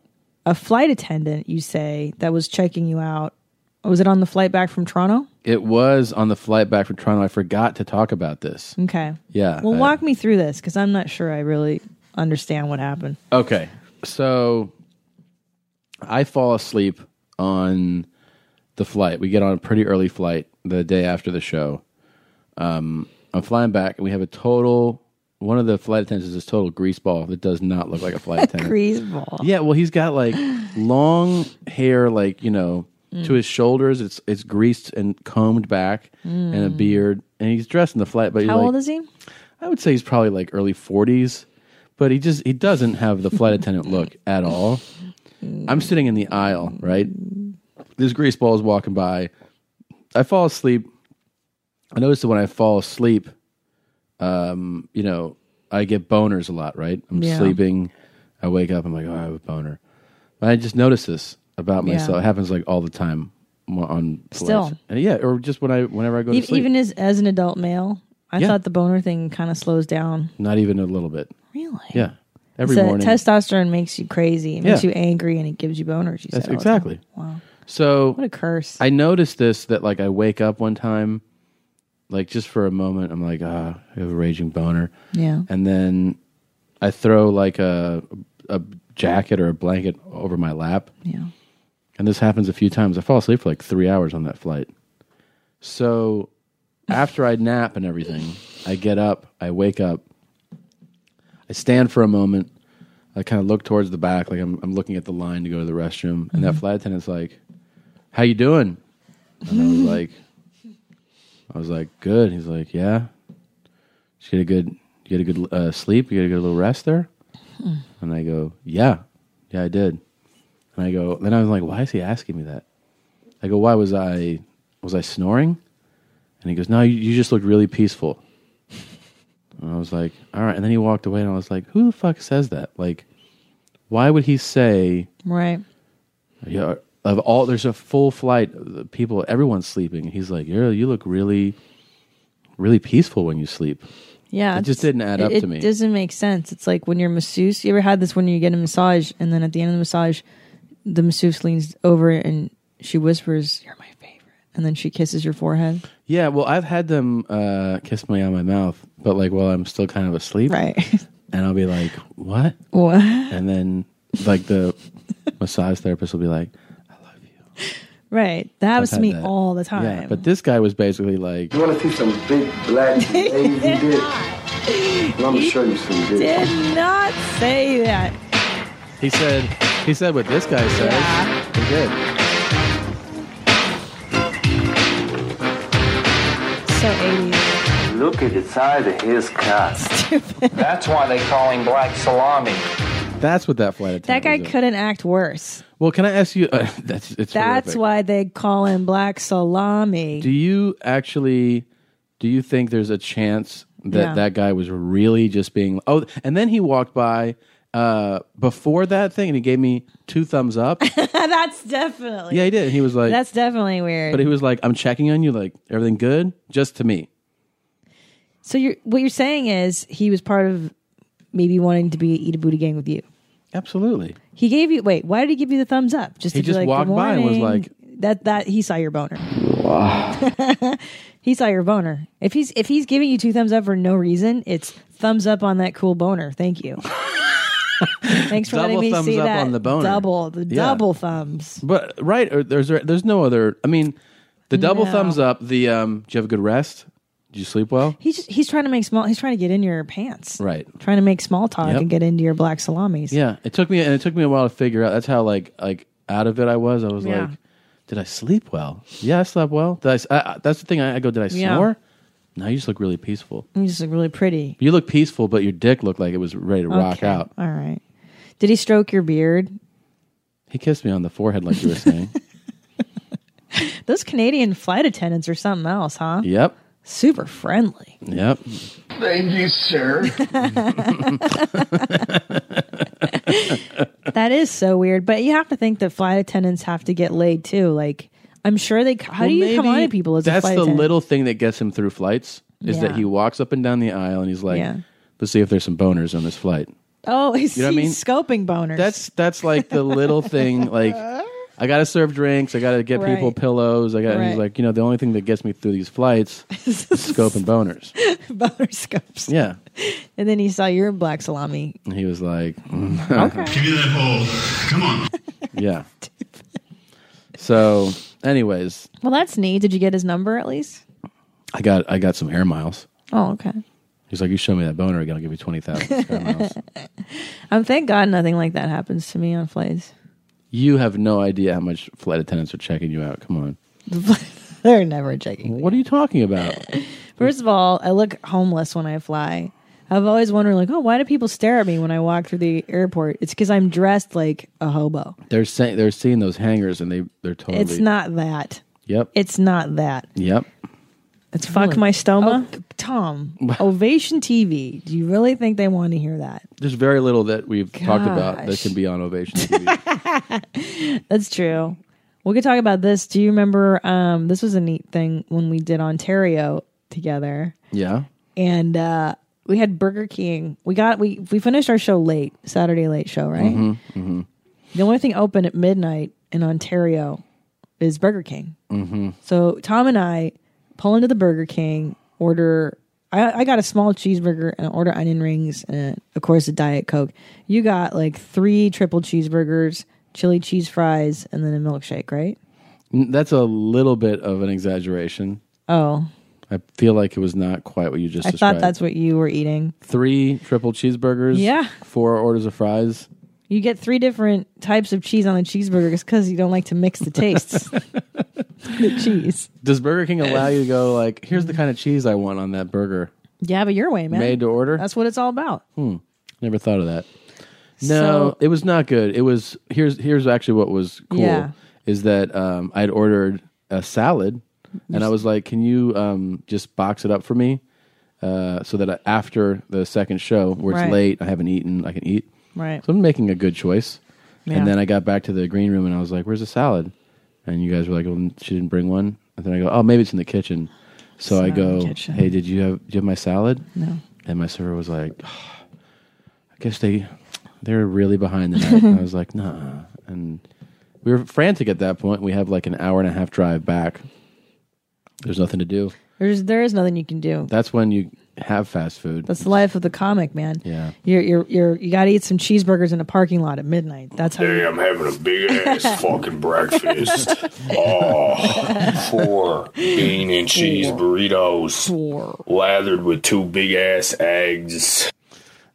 [SPEAKER 5] a flight attendant. You say that was checking you out. Was it on the flight back from Toronto?
[SPEAKER 4] It was on the flight back from Toronto. I forgot to talk about this.
[SPEAKER 5] Okay.
[SPEAKER 4] Yeah.
[SPEAKER 5] Well,
[SPEAKER 4] I-
[SPEAKER 5] walk me through this because I'm not sure I really understand what happened.
[SPEAKER 4] Okay. So I fall asleep on the flight. We get on a pretty early flight the day after the show. Um, I'm flying back, and we have a total. One of the flight attendants is this total greaseball that does not look like a flight attendant.
[SPEAKER 5] Greaseball.
[SPEAKER 4] Yeah, well, he's got like long hair, like you know,
[SPEAKER 5] Mm.
[SPEAKER 4] to his shoulders. It's it's greased and combed back, and a
[SPEAKER 5] Mm.
[SPEAKER 4] beard, and he's dressed in the flight. But you're
[SPEAKER 5] How
[SPEAKER 4] like,
[SPEAKER 5] old is he?
[SPEAKER 4] I would say he's probably like early 40s, but he just he doesn't have the flight attendant look at all. I'm sitting in the aisle, right? This greaseball is walking by. I fall asleep. I notice that when I fall asleep, um, you know, I get boners a lot, right? I'm
[SPEAKER 18] Yeah.
[SPEAKER 4] sleeping. I wake up. I'm like, oh, I have a boner. But I just notice this about
[SPEAKER 5] Yeah.
[SPEAKER 4] myself. It happens like all the time on flights.
[SPEAKER 5] Still.
[SPEAKER 4] And yeah, or just when I whenever I go
[SPEAKER 5] E-
[SPEAKER 4] to sleep.
[SPEAKER 5] Even as as an adult male, I
[SPEAKER 4] Yeah.
[SPEAKER 5] thought the boner thing kind of slows down.
[SPEAKER 4] Not even a little bit.
[SPEAKER 5] Really?
[SPEAKER 4] Yeah. Every
[SPEAKER 5] So
[SPEAKER 4] morning.
[SPEAKER 5] testosterone makes you crazy. It makes
[SPEAKER 4] Yeah.
[SPEAKER 5] you angry, and it gives you boners. You
[SPEAKER 4] That's
[SPEAKER 5] said all the time.
[SPEAKER 4] exactly.
[SPEAKER 5] Wow.
[SPEAKER 4] So
[SPEAKER 5] What a curse.
[SPEAKER 4] I noticed this that like I wake up one time, like just for a moment, I'm like, ah, I have a raging boner.
[SPEAKER 5] Yeah.
[SPEAKER 4] And then I throw like a a jacket or a blanket over my lap.
[SPEAKER 5] Yeah.
[SPEAKER 4] And this happens a few times. I fall asleep for like three hours on that flight. So after I nap and everything, I get up, I wake up, I stand for a moment, I kind of look towards the back, like I'm, I'm looking at the line to go to the restroom, and
[SPEAKER 5] Mm-hmm.
[SPEAKER 4] that
[SPEAKER 18] Mhm.
[SPEAKER 4] flight attendant's like, "How you doing?" And I was like, "I was like, good." He's like, "Yeah." Did you get a good, you get a good uh, sleep. You get a good little rest there.
[SPEAKER 18] Hmm.
[SPEAKER 4] And I go, "Yeah, yeah, I did." And I go, then I was like, "Why is he asking me that?" I go, "Why was I was I snoring?" And he goes, "No, you, you just looked really peaceful." And I was like, all right. And then he walked away, and I was like, who the fuck says that? Like, why would he say,
[SPEAKER 5] Right.
[SPEAKER 4] yeah, of all, there's a full flight, of people, everyone's sleeping. He's like, you you look really, really peaceful when you sleep.
[SPEAKER 5] Yeah.
[SPEAKER 4] It just didn't add
[SPEAKER 5] it-
[SPEAKER 4] up
[SPEAKER 5] it
[SPEAKER 4] to me.
[SPEAKER 5] doesn't make sense. It's like when you're masseuse. You ever had this when you get a massage, and then at the end of the massage, the masseuse leans over and she whispers, "You're my favorite," and then she kisses your forehead.
[SPEAKER 4] Yeah, well, I've had them uh, kiss me on my mouth, but like while I'm still kind of asleep,
[SPEAKER 5] right?
[SPEAKER 4] And I'll be like, "What?"
[SPEAKER 5] What?
[SPEAKER 4] And then like the massage therapist will be like,
[SPEAKER 5] Right. That happens
[SPEAKER 4] "I've
[SPEAKER 5] to
[SPEAKER 4] had
[SPEAKER 5] me
[SPEAKER 4] that."
[SPEAKER 5] all the
[SPEAKER 4] Yeah,
[SPEAKER 5] time.
[SPEAKER 4] but this guy was basically like,
[SPEAKER 19] You want to see some big black lazy dick? Well, I'm gonna show you some dick.
[SPEAKER 5] Did not say that.
[SPEAKER 4] He said, he said what this guy says. He did.
[SPEAKER 5] So 80s.
[SPEAKER 20] Look at the size of his cock. That's why they call him Black Salami.
[SPEAKER 4] That's what that flight
[SPEAKER 5] That
[SPEAKER 4] attendant.
[SPEAKER 5] guy
[SPEAKER 4] was at.
[SPEAKER 5] couldn't act worse.
[SPEAKER 4] Well, can I ask you? Uh, that's it's
[SPEAKER 5] That's
[SPEAKER 4] horrific.
[SPEAKER 5] why they call him Black Salami.
[SPEAKER 4] Do you actually? Do you think there's a chance that
[SPEAKER 5] Yeah.
[SPEAKER 4] that guy was really just being? Oh, and then he walked by uh, before that thing, and he gave me two thumbs up.
[SPEAKER 5] That's definitely.
[SPEAKER 4] yeah, he did. He was like,
[SPEAKER 5] That's definitely weird.
[SPEAKER 4] but he was like, I'm checking on you. Like everything good? Just to me.
[SPEAKER 5] so you're what you're saying is he was part of maybe wanting to be eat a booty gang with you.
[SPEAKER 4] Absolutely.
[SPEAKER 5] He gave you wait. Why did he give you the thumbs up? Just
[SPEAKER 4] He
[SPEAKER 5] to be
[SPEAKER 4] just
[SPEAKER 5] like,
[SPEAKER 4] walked
[SPEAKER 5] Good
[SPEAKER 4] by and was
[SPEAKER 5] morning."
[SPEAKER 4] like-
[SPEAKER 5] that. That he saw your boner. he saw your boner. If he's if he's giving you two thumbs up for no reason, it's thumbs up on that cool boner. Thank you. Thanks for letting
[SPEAKER 4] Double
[SPEAKER 5] me
[SPEAKER 4] thumbs
[SPEAKER 5] see
[SPEAKER 4] up
[SPEAKER 5] that.
[SPEAKER 4] on the boner.
[SPEAKER 5] Double the
[SPEAKER 4] Yeah.
[SPEAKER 5] double thumbs.
[SPEAKER 4] But right, or there's there's no other. I mean, the double
[SPEAKER 5] No.
[SPEAKER 4] thumbs up. The um, did you have a good rest? Did you sleep well?
[SPEAKER 5] He's just, he's trying to make small. He's trying to get in your pants.
[SPEAKER 4] Right.
[SPEAKER 5] Trying to make small talk
[SPEAKER 4] Yep.
[SPEAKER 5] and get into your black salamis.
[SPEAKER 4] Yeah. It took me and it took me a while to figure out. That's how like like out of it I was. I was
[SPEAKER 5] Yeah.
[SPEAKER 4] like, did I sleep well? Yeah, I slept well. Did I s- I, I- that's the thing. I, I go, did I
[SPEAKER 5] Yeah.
[SPEAKER 4] snore? No, you just look really peaceful.
[SPEAKER 5] You just look really pretty.
[SPEAKER 4] You look peaceful, but your dick looked like it was ready to rock
[SPEAKER 5] Okay.
[SPEAKER 4] out.
[SPEAKER 5] All right. Did he stroke your beard?
[SPEAKER 4] He kissed me on the forehead, like you were saying.
[SPEAKER 5] Those Canadian flight attendants are something else, huh?
[SPEAKER 4] yep.
[SPEAKER 5] Super friendly.
[SPEAKER 4] Yep.
[SPEAKER 5] Thank you, sir. that is so weird, but you have to think that flight attendants have to get laid too. Like, I'm sure they. How
[SPEAKER 4] Well,
[SPEAKER 5] do you come
[SPEAKER 4] maybe
[SPEAKER 5] on to people as
[SPEAKER 4] that's
[SPEAKER 5] a flight
[SPEAKER 4] the
[SPEAKER 5] attendant?
[SPEAKER 4] little thing that gets him through flights is that
[SPEAKER 5] Yeah.
[SPEAKER 4] he walks up and down the aisle and he's like,
[SPEAKER 5] Yeah.
[SPEAKER 4] "Let's see if there's some boners on this flight."
[SPEAKER 5] oh, he's,
[SPEAKER 4] You know what I mean?
[SPEAKER 5] he's scoping boners.
[SPEAKER 4] That's that's like the little thing. Like, I gotta serve drinks. I gotta get people
[SPEAKER 5] Right.
[SPEAKER 4] pillows. I got. and He's
[SPEAKER 5] Right.
[SPEAKER 4] like, you know, the only thing that gets me through these flights is scope and boners.
[SPEAKER 5] boner scopes.
[SPEAKER 4] Yeah.
[SPEAKER 5] And then he saw your black salami.
[SPEAKER 4] And he was like, mm,
[SPEAKER 5] Okay.
[SPEAKER 21] Give me that hole. Come on.
[SPEAKER 4] yeah. So, anyways,
[SPEAKER 5] Well, that's neat. Did you get his number at least?
[SPEAKER 4] I got I got some air miles.
[SPEAKER 5] Oh, okay.
[SPEAKER 4] He's like, you show me that boner again, I'll give you twenty thousand.
[SPEAKER 5] I'm Um, thank God nothing like that happens to me on flights.
[SPEAKER 4] you have no idea how much flight attendants are checking you out. Come on.
[SPEAKER 5] They're never checking.
[SPEAKER 4] What are you talking about?
[SPEAKER 5] First of all, uh, I look homeless when I fly. I've always wondered, like, oh, why do people stare at me when I walk through the airport? It's because I'm dressed like a hobo.
[SPEAKER 4] They're saying they're seeing those hangers and they they're totally.
[SPEAKER 5] It's not that.
[SPEAKER 4] Yep.
[SPEAKER 5] It's not that.
[SPEAKER 4] Yep.
[SPEAKER 5] It's fuck my stoma. Tom, Ovation TV. Do you really think they want to hear that?
[SPEAKER 4] There's very little that we've talked about that
[SPEAKER 5] Gosh.
[SPEAKER 4] can be on Ovation TV.
[SPEAKER 5] That's true. We could talk about this. Do you remember? Um, this was a neat thing when we did Ontario together.
[SPEAKER 4] yeah.
[SPEAKER 5] and uh, we had Burger King. We got we we finished our show late Saturday late show, right?
[SPEAKER 4] Mhm, mhm.
[SPEAKER 5] The only thing open at midnight in Ontario is Burger King.
[SPEAKER 4] Mhm.
[SPEAKER 5] So Tom and I pull into the Burger King, order. I, I got a small cheeseburger and order onion rings and of course a diet coke. You got like three triple cheeseburgers, chili cheese fries, and then a milkshake, right?
[SPEAKER 4] N- That's a little bit of an exaggeration.
[SPEAKER 5] Oh,
[SPEAKER 4] I feel like it was not quite what you just
[SPEAKER 5] I
[SPEAKER 4] described.
[SPEAKER 5] thought that's what you were eating.
[SPEAKER 4] Three triple cheeseburgers.
[SPEAKER 5] Yeah.
[SPEAKER 4] Four orders of fries.
[SPEAKER 5] You get three different types of cheese on the cheeseburgers because you don't like to mix the tastes. the cheese.
[SPEAKER 4] Does Burger King allow you to go like, here's the kind of cheese I want on that burger?
[SPEAKER 5] Yeah, but your way, man.
[SPEAKER 4] Made to order?
[SPEAKER 5] That's what it's all about.
[SPEAKER 4] Hmm. Never thought of that. No, it was not good. It was here's here's actually what was cool
[SPEAKER 5] Yeah.
[SPEAKER 4] is that um, I'd ordered a salad and I was like, "Can you um, just box it up for me uh, so that I, after the second show where it's
[SPEAKER 5] Right.
[SPEAKER 4] late, I haven't eaten, I can eat."
[SPEAKER 5] Right.
[SPEAKER 4] So I'm making a good choice.
[SPEAKER 5] Yeah.
[SPEAKER 4] And then I got back to the green room and I was like, "Where's the salad?" And you guys were like, "Well, she didn't bring one." And then I go, "Oh, maybe it's in the kitchen." So
[SPEAKER 5] It's
[SPEAKER 4] I
[SPEAKER 5] not in the
[SPEAKER 4] go,
[SPEAKER 5] kitchen.
[SPEAKER 4] "Hey, did you have do you have my salad?"
[SPEAKER 5] No.
[SPEAKER 4] And my server was like, I guess they they're really behind the night. and I was like, nah. And we were frantic at that point. We have like an hour and a half drive back. There's nothing to do.
[SPEAKER 5] There's there is nothing you can do.
[SPEAKER 4] That's when you have fast food.
[SPEAKER 5] That's the life of the comic, man.
[SPEAKER 4] yeah.
[SPEAKER 5] You're you're you're you got to eat some cheeseburgers in a parking lot at midnight. That's how.
[SPEAKER 1] Today
[SPEAKER 5] You,
[SPEAKER 1] I'm having a big ass fucking breakfast. Oh, four bean and cheese burritos lathered with two big ass eggs.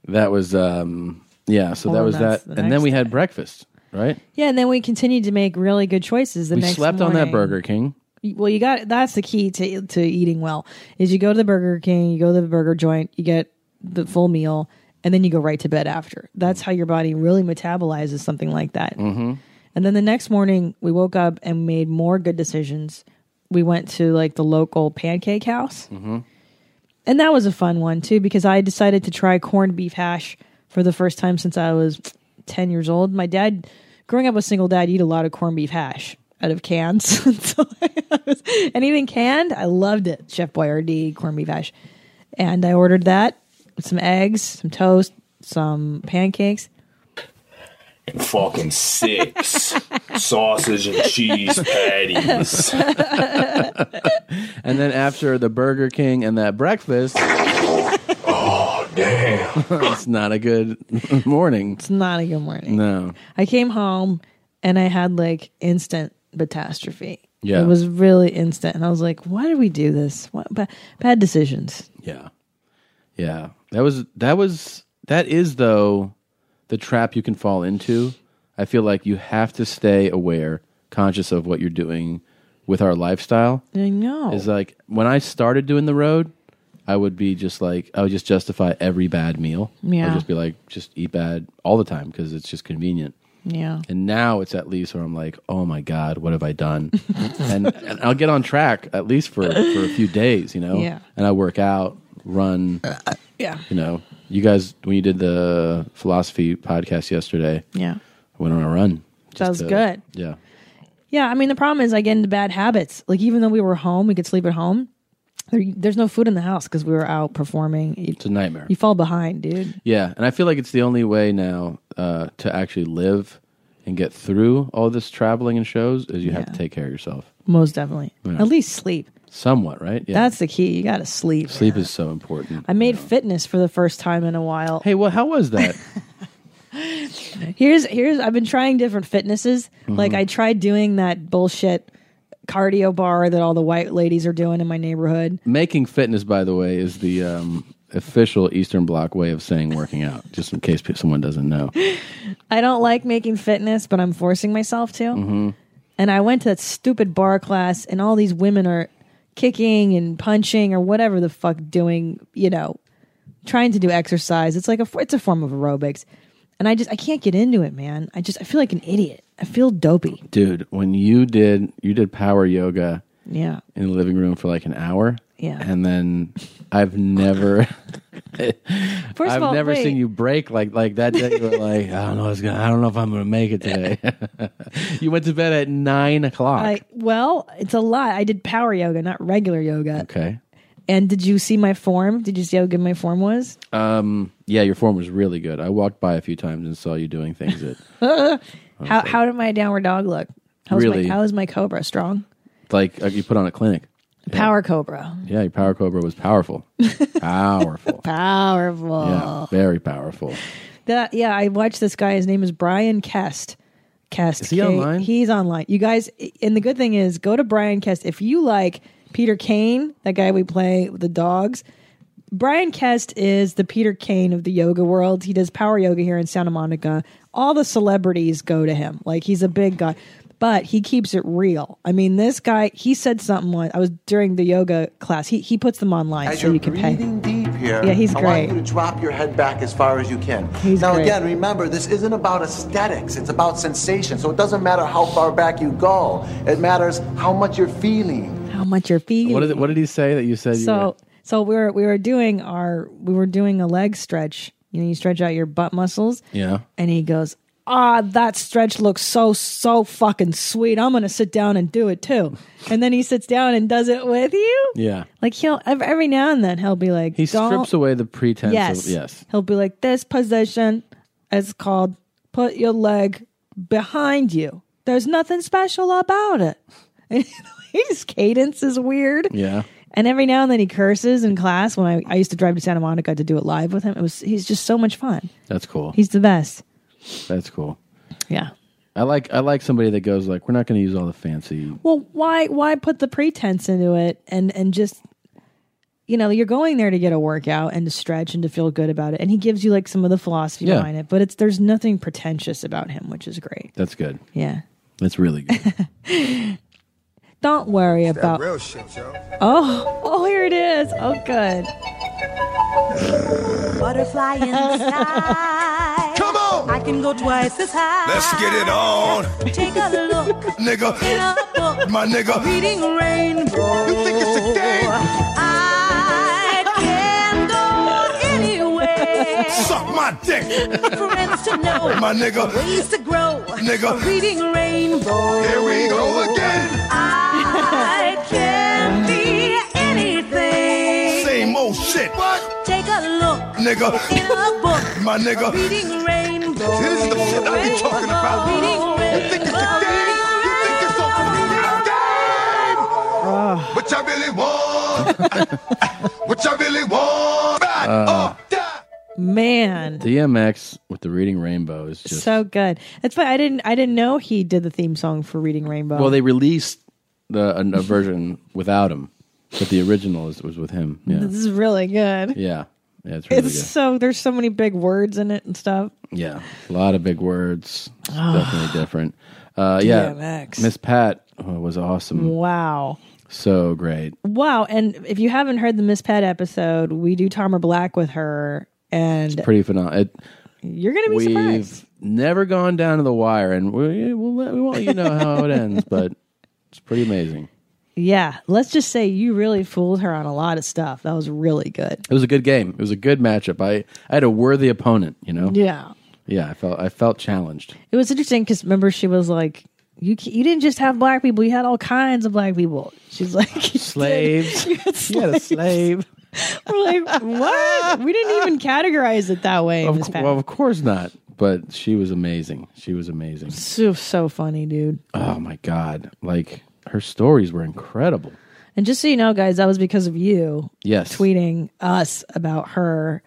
[SPEAKER 4] That was um yeah, so
[SPEAKER 5] Well,
[SPEAKER 4] that was
[SPEAKER 5] that's
[SPEAKER 4] that.
[SPEAKER 5] the
[SPEAKER 4] and then
[SPEAKER 5] next
[SPEAKER 4] we had breakfast, right?
[SPEAKER 5] yeah, and then we continued to make really good choices. The
[SPEAKER 4] we
[SPEAKER 5] next
[SPEAKER 4] slept on that
[SPEAKER 5] morning.
[SPEAKER 4] Burger King.
[SPEAKER 5] Well, you got that's the key to to eating well is you go to the Burger King, you go to the burger joint, you get the full meal, and then you go right to bed after. That's how your body really metabolizes something like that.
[SPEAKER 4] Mm-hmm.
[SPEAKER 5] And then the next morning, we woke up and made more good decisions. We went to like the local pancake house,
[SPEAKER 4] Mm-hmm.
[SPEAKER 5] and that was a fun one too because I decided to try corned beef hash for the first time since I was ten years old. My dad, growing up with single dad, you eat a lot of corned beef hash out of cans. so I was, anything canned, I loved it. Chef Boyardee corned beef hash, and I ordered that with some eggs, some toast, some pancakes.
[SPEAKER 18] and fucking six sausage and cheese patties.
[SPEAKER 4] And then after the Burger King and that breakfast,
[SPEAKER 18] oh damn,
[SPEAKER 4] it's not a good morning.
[SPEAKER 5] It's not a good morning.
[SPEAKER 4] No,
[SPEAKER 5] I came home and I had like instant catastrophe.
[SPEAKER 4] Yeah.
[SPEAKER 5] It was really instant. And I was like, why did we do this? What, ba- bad decisions.
[SPEAKER 4] yeah, yeah. That was that was that is though the trap you can fall into. I feel like you have to stay aware, conscious of what you're doing with our lifestyle.
[SPEAKER 5] I know.
[SPEAKER 4] Is like when I started doing the road, I would be just like I would just justify every bad meal.
[SPEAKER 5] Yeah.
[SPEAKER 4] I'd just be like, just eat bad all the time because it's just convenient.
[SPEAKER 5] Yeah.
[SPEAKER 4] And now it's at least where I'm like, oh my god, what have I done? and, and I'll get on track at least for for a few days, you know.
[SPEAKER 5] Yeah.
[SPEAKER 4] And I work out, run.
[SPEAKER 5] yeah.
[SPEAKER 4] You know, you guys when you did the philosophy podcast yesterday,
[SPEAKER 5] Yeah.
[SPEAKER 4] I went on a run.
[SPEAKER 5] That
[SPEAKER 4] Just
[SPEAKER 5] was
[SPEAKER 4] to-
[SPEAKER 5] good.
[SPEAKER 4] Yeah.
[SPEAKER 5] Yeah. I mean, the problem is I get into bad habits. Like, even though we were home, we could sleep at home. There, there's no food in the house because we were out performing. You,
[SPEAKER 4] It's a nightmare.
[SPEAKER 5] you fall behind, dude.
[SPEAKER 4] Yeah, and I feel like it's the only way now uh, to actually live and get through all this traveling and shows is you have to take care of yourself
[SPEAKER 5] Most definitely.
[SPEAKER 4] Yeah.
[SPEAKER 5] At least sleep.
[SPEAKER 4] somewhat, right?
[SPEAKER 5] That's the key. You got to sleep.
[SPEAKER 4] sleep is so important.
[SPEAKER 5] I made fitness for the first time in a while.
[SPEAKER 4] Hey, well, how was that?
[SPEAKER 5] here's here's I've been trying different fitnesses. Like
[SPEAKER 4] Mhm.
[SPEAKER 5] I tried doing that bullshit cardio bar that all the white ladies are doing in my neighborhood.
[SPEAKER 4] Making fitness, by the way, is the um, official Eastern Bloc way of saying working out. Just in case pe- someone doesn't know.
[SPEAKER 5] I don't like making fitness, but I'm forcing myself to.
[SPEAKER 4] hmm
[SPEAKER 5] And I went to that stupid bar class and all these women are kicking and punching or whatever the fuck doing, you know, trying to do exercise. It's like a it's a form of aerobics. And I just I can't get into it, man. I just I feel like an idiot. I feel dopey.
[SPEAKER 4] Dude, when you did you did power yoga
[SPEAKER 5] Yeah.
[SPEAKER 4] in the living room for like an hour,
[SPEAKER 5] Yeah.
[SPEAKER 4] and then I've never.
[SPEAKER 5] First
[SPEAKER 4] I've
[SPEAKER 5] of all,
[SPEAKER 4] never
[SPEAKER 5] wait.
[SPEAKER 4] seen you break like like that day. You were like, I don't know, what's gonna, I don't know if I'm gonna make it today. you went to bed at nine o'clock.
[SPEAKER 5] I well, it's a lot. I did power yoga, not regular yoga.
[SPEAKER 4] okay.
[SPEAKER 5] And did you see my form? Did you see how good my form was?
[SPEAKER 4] Um. Yeah, your form was really good. I walked by a few times and saw you doing things that
[SPEAKER 5] how
[SPEAKER 4] Okay.
[SPEAKER 5] how did my downward dog look? How's
[SPEAKER 4] Really?
[SPEAKER 5] my how is my cobra strong?
[SPEAKER 4] like uh, you put on a clinic.
[SPEAKER 5] Power cobra.
[SPEAKER 4] Yeah, your power cobra was powerful, powerful.
[SPEAKER 5] Powerful.
[SPEAKER 4] Yeah, very powerful.
[SPEAKER 5] That yeah, I watched this guy. His name is Brian Kest. Kest.
[SPEAKER 4] Is he online?
[SPEAKER 5] He's online. You guys, and the good thing is, go to Brian Kest if you like Peter Kane, that guy we play with the dogs. Brian Kest is the Peter Kane of the yoga world. He does power yoga here in Santa Monica. All the celebrities go to him. Like he's a big guy, but he keeps it real. I mean, this guy, he said something once. I was during the yoga class. He he puts them online
[SPEAKER 22] As
[SPEAKER 5] so
[SPEAKER 22] you're
[SPEAKER 5] you can pay.
[SPEAKER 22] breathing deep here,
[SPEAKER 5] Yeah, he's
[SPEAKER 22] I want
[SPEAKER 5] great.
[SPEAKER 22] you to drop your head back as far as you can.
[SPEAKER 5] He's
[SPEAKER 22] now,
[SPEAKER 5] great.
[SPEAKER 22] again, remember, this isn't about aesthetics. It's about sensation. So it doesn't matter how far back you go. It matters how much you're feeling.
[SPEAKER 5] How much you're feeling?
[SPEAKER 4] What did What did he say that you said? you were-
[SPEAKER 5] so so we were we were doing our we were doing a leg stretch. You know, you stretch out your butt muscles,
[SPEAKER 4] yeah.
[SPEAKER 5] and he goes, "Ah, that stretch looks so so fucking sweet. I'm gonna sit down and do it too." And then he sits down and does it with you.
[SPEAKER 4] Yeah.
[SPEAKER 5] Like he'll ev- every now and then he'll be like,
[SPEAKER 4] He
[SPEAKER 5] "Don't-"
[SPEAKER 4] strips away the pretense
[SPEAKER 5] Yes,
[SPEAKER 4] of yes.
[SPEAKER 5] He'll be like, "This position is called put your leg behind you. There's nothing special about it." And his cadence is weird.
[SPEAKER 4] Yeah.
[SPEAKER 5] And every now and then he curses in class. When I, I used to drive to Santa Monica to do it live with him, it was he's just so much fun.
[SPEAKER 4] That's cool.
[SPEAKER 5] He's the best.
[SPEAKER 4] That's cool.
[SPEAKER 5] Yeah.
[SPEAKER 4] I like I like somebody that goes like, we're not going to use all the fancy.
[SPEAKER 5] Well, why why put the pretense into it and and just you know you're going there to get a workout and to stretch and to feel good about it. And he gives you like some of the philosophy
[SPEAKER 4] Yeah.
[SPEAKER 5] behind it, but it's there's nothing pretentious about him, which is great.
[SPEAKER 4] That's good.
[SPEAKER 5] Yeah.
[SPEAKER 4] That's really good.
[SPEAKER 5] Don't worry about
[SPEAKER 23] real shit, yo.
[SPEAKER 5] Oh, oh, here it is. Oh, good.
[SPEAKER 1] Butterfly in the sky. Come on. I can go twice as high.
[SPEAKER 23] Let's get it on,
[SPEAKER 1] Take a look in
[SPEAKER 23] nigga.
[SPEAKER 1] a book.
[SPEAKER 23] My nigga.
[SPEAKER 1] Reading rainbow. You think it's a game? I can go anywhere.
[SPEAKER 23] Suck my dick.
[SPEAKER 1] Friends to know.
[SPEAKER 23] My nigga.
[SPEAKER 1] Ways to grow.
[SPEAKER 23] Nigga.
[SPEAKER 1] Reading rainbow.
[SPEAKER 23] Here we go again.
[SPEAKER 1] I can be anything.
[SPEAKER 23] Same old shit.
[SPEAKER 1] Take a look
[SPEAKER 23] Nigga.
[SPEAKER 1] in a book.
[SPEAKER 23] My nigga.
[SPEAKER 1] Reading rainbow.
[SPEAKER 23] See, this is the shit I be talking about. You think it's a game? You think it's a fucking game? What you really want? what you really want? Back
[SPEAKER 4] Uh,
[SPEAKER 23] up.
[SPEAKER 5] Man,
[SPEAKER 4] DMX with the Reading Rainbow is just.
[SPEAKER 5] so good. That's funny. I didn't. I didn't know he did the theme song for Reading Rainbow.
[SPEAKER 4] Well, they released the a, a version without him, but the original is, was with him. Yeah.
[SPEAKER 5] This is really good.
[SPEAKER 4] Yeah. Yeah, it's really
[SPEAKER 5] It's so there's so many big words in it and stuff.
[SPEAKER 4] good. Yeah. A lot of big words. It's
[SPEAKER 5] Ah.
[SPEAKER 4] definitely different. Uh, yeah.
[SPEAKER 5] DMX.
[SPEAKER 4] Miss Pat oh, was awesome.
[SPEAKER 5] Wow.
[SPEAKER 4] So great.
[SPEAKER 5] Wow. And if you haven't heard the Miss Pat episode, we do Tomer Black with her, and
[SPEAKER 4] Pretty phenomenal. It,
[SPEAKER 5] you're gonna be
[SPEAKER 4] we've
[SPEAKER 5] surprised.
[SPEAKER 4] never gone down to the wire, and we, we'll let, we won't let you know how it ends, but it's pretty amazing.
[SPEAKER 5] Yeah. Let's just say you really fooled her on a lot of stuff. That was really good.
[SPEAKER 4] It was a good game. It was a good matchup. I, I had a worthy opponent. You know.
[SPEAKER 5] Yeah.
[SPEAKER 4] Yeah. I felt I felt challenged.
[SPEAKER 5] It was interesting because remember she was like, "You ca- you didn't just have black people; you had all kinds of black people." She's like,
[SPEAKER 4] Slaves.
[SPEAKER 5] you had
[SPEAKER 4] slave."
[SPEAKER 5] We're like, "What? we didn't even categorize it that way."
[SPEAKER 4] Of
[SPEAKER 5] Miss
[SPEAKER 4] cou-
[SPEAKER 5] Pat.
[SPEAKER 4] well, of course not. But she was amazing. She was amazing.
[SPEAKER 5] so so funny, dude.
[SPEAKER 4] Oh my god! Like her stories were incredible.
[SPEAKER 5] And just so you know, guys, that was because of you
[SPEAKER 4] Yes.
[SPEAKER 5] tweeting us about her,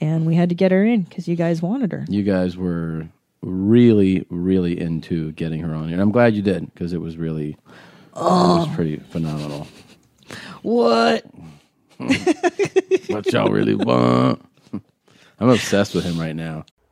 [SPEAKER 5] and we had to get her in because you guys wanted her.
[SPEAKER 4] You guys were really, really into getting her on here, and I'm glad you did because it was really, it
[SPEAKER 5] Oh.
[SPEAKER 4] was pretty phenomenal. Hmm.
[SPEAKER 5] What?
[SPEAKER 4] what y'all really want? I'm obsessed with him right now.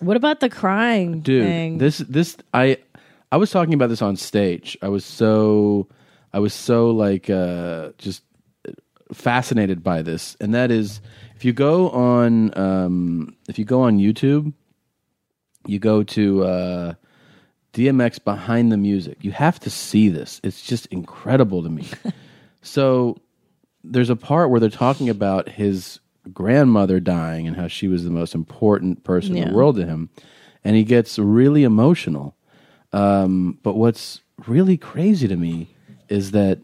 [SPEAKER 5] What about the crying
[SPEAKER 4] dude
[SPEAKER 5] thing?
[SPEAKER 4] this this i i was talking about this on stage i was so i was so like uh just fascinated by this and that is if you go on um if you go on youtube you go to uh dmx behind the music you have to see this it's just incredible to me so there's a part where they're talking about his grandmother dying and how she was the most important person in
[SPEAKER 24] Yeah.
[SPEAKER 4] the world to him and he gets really emotional um, but what's really crazy to me is that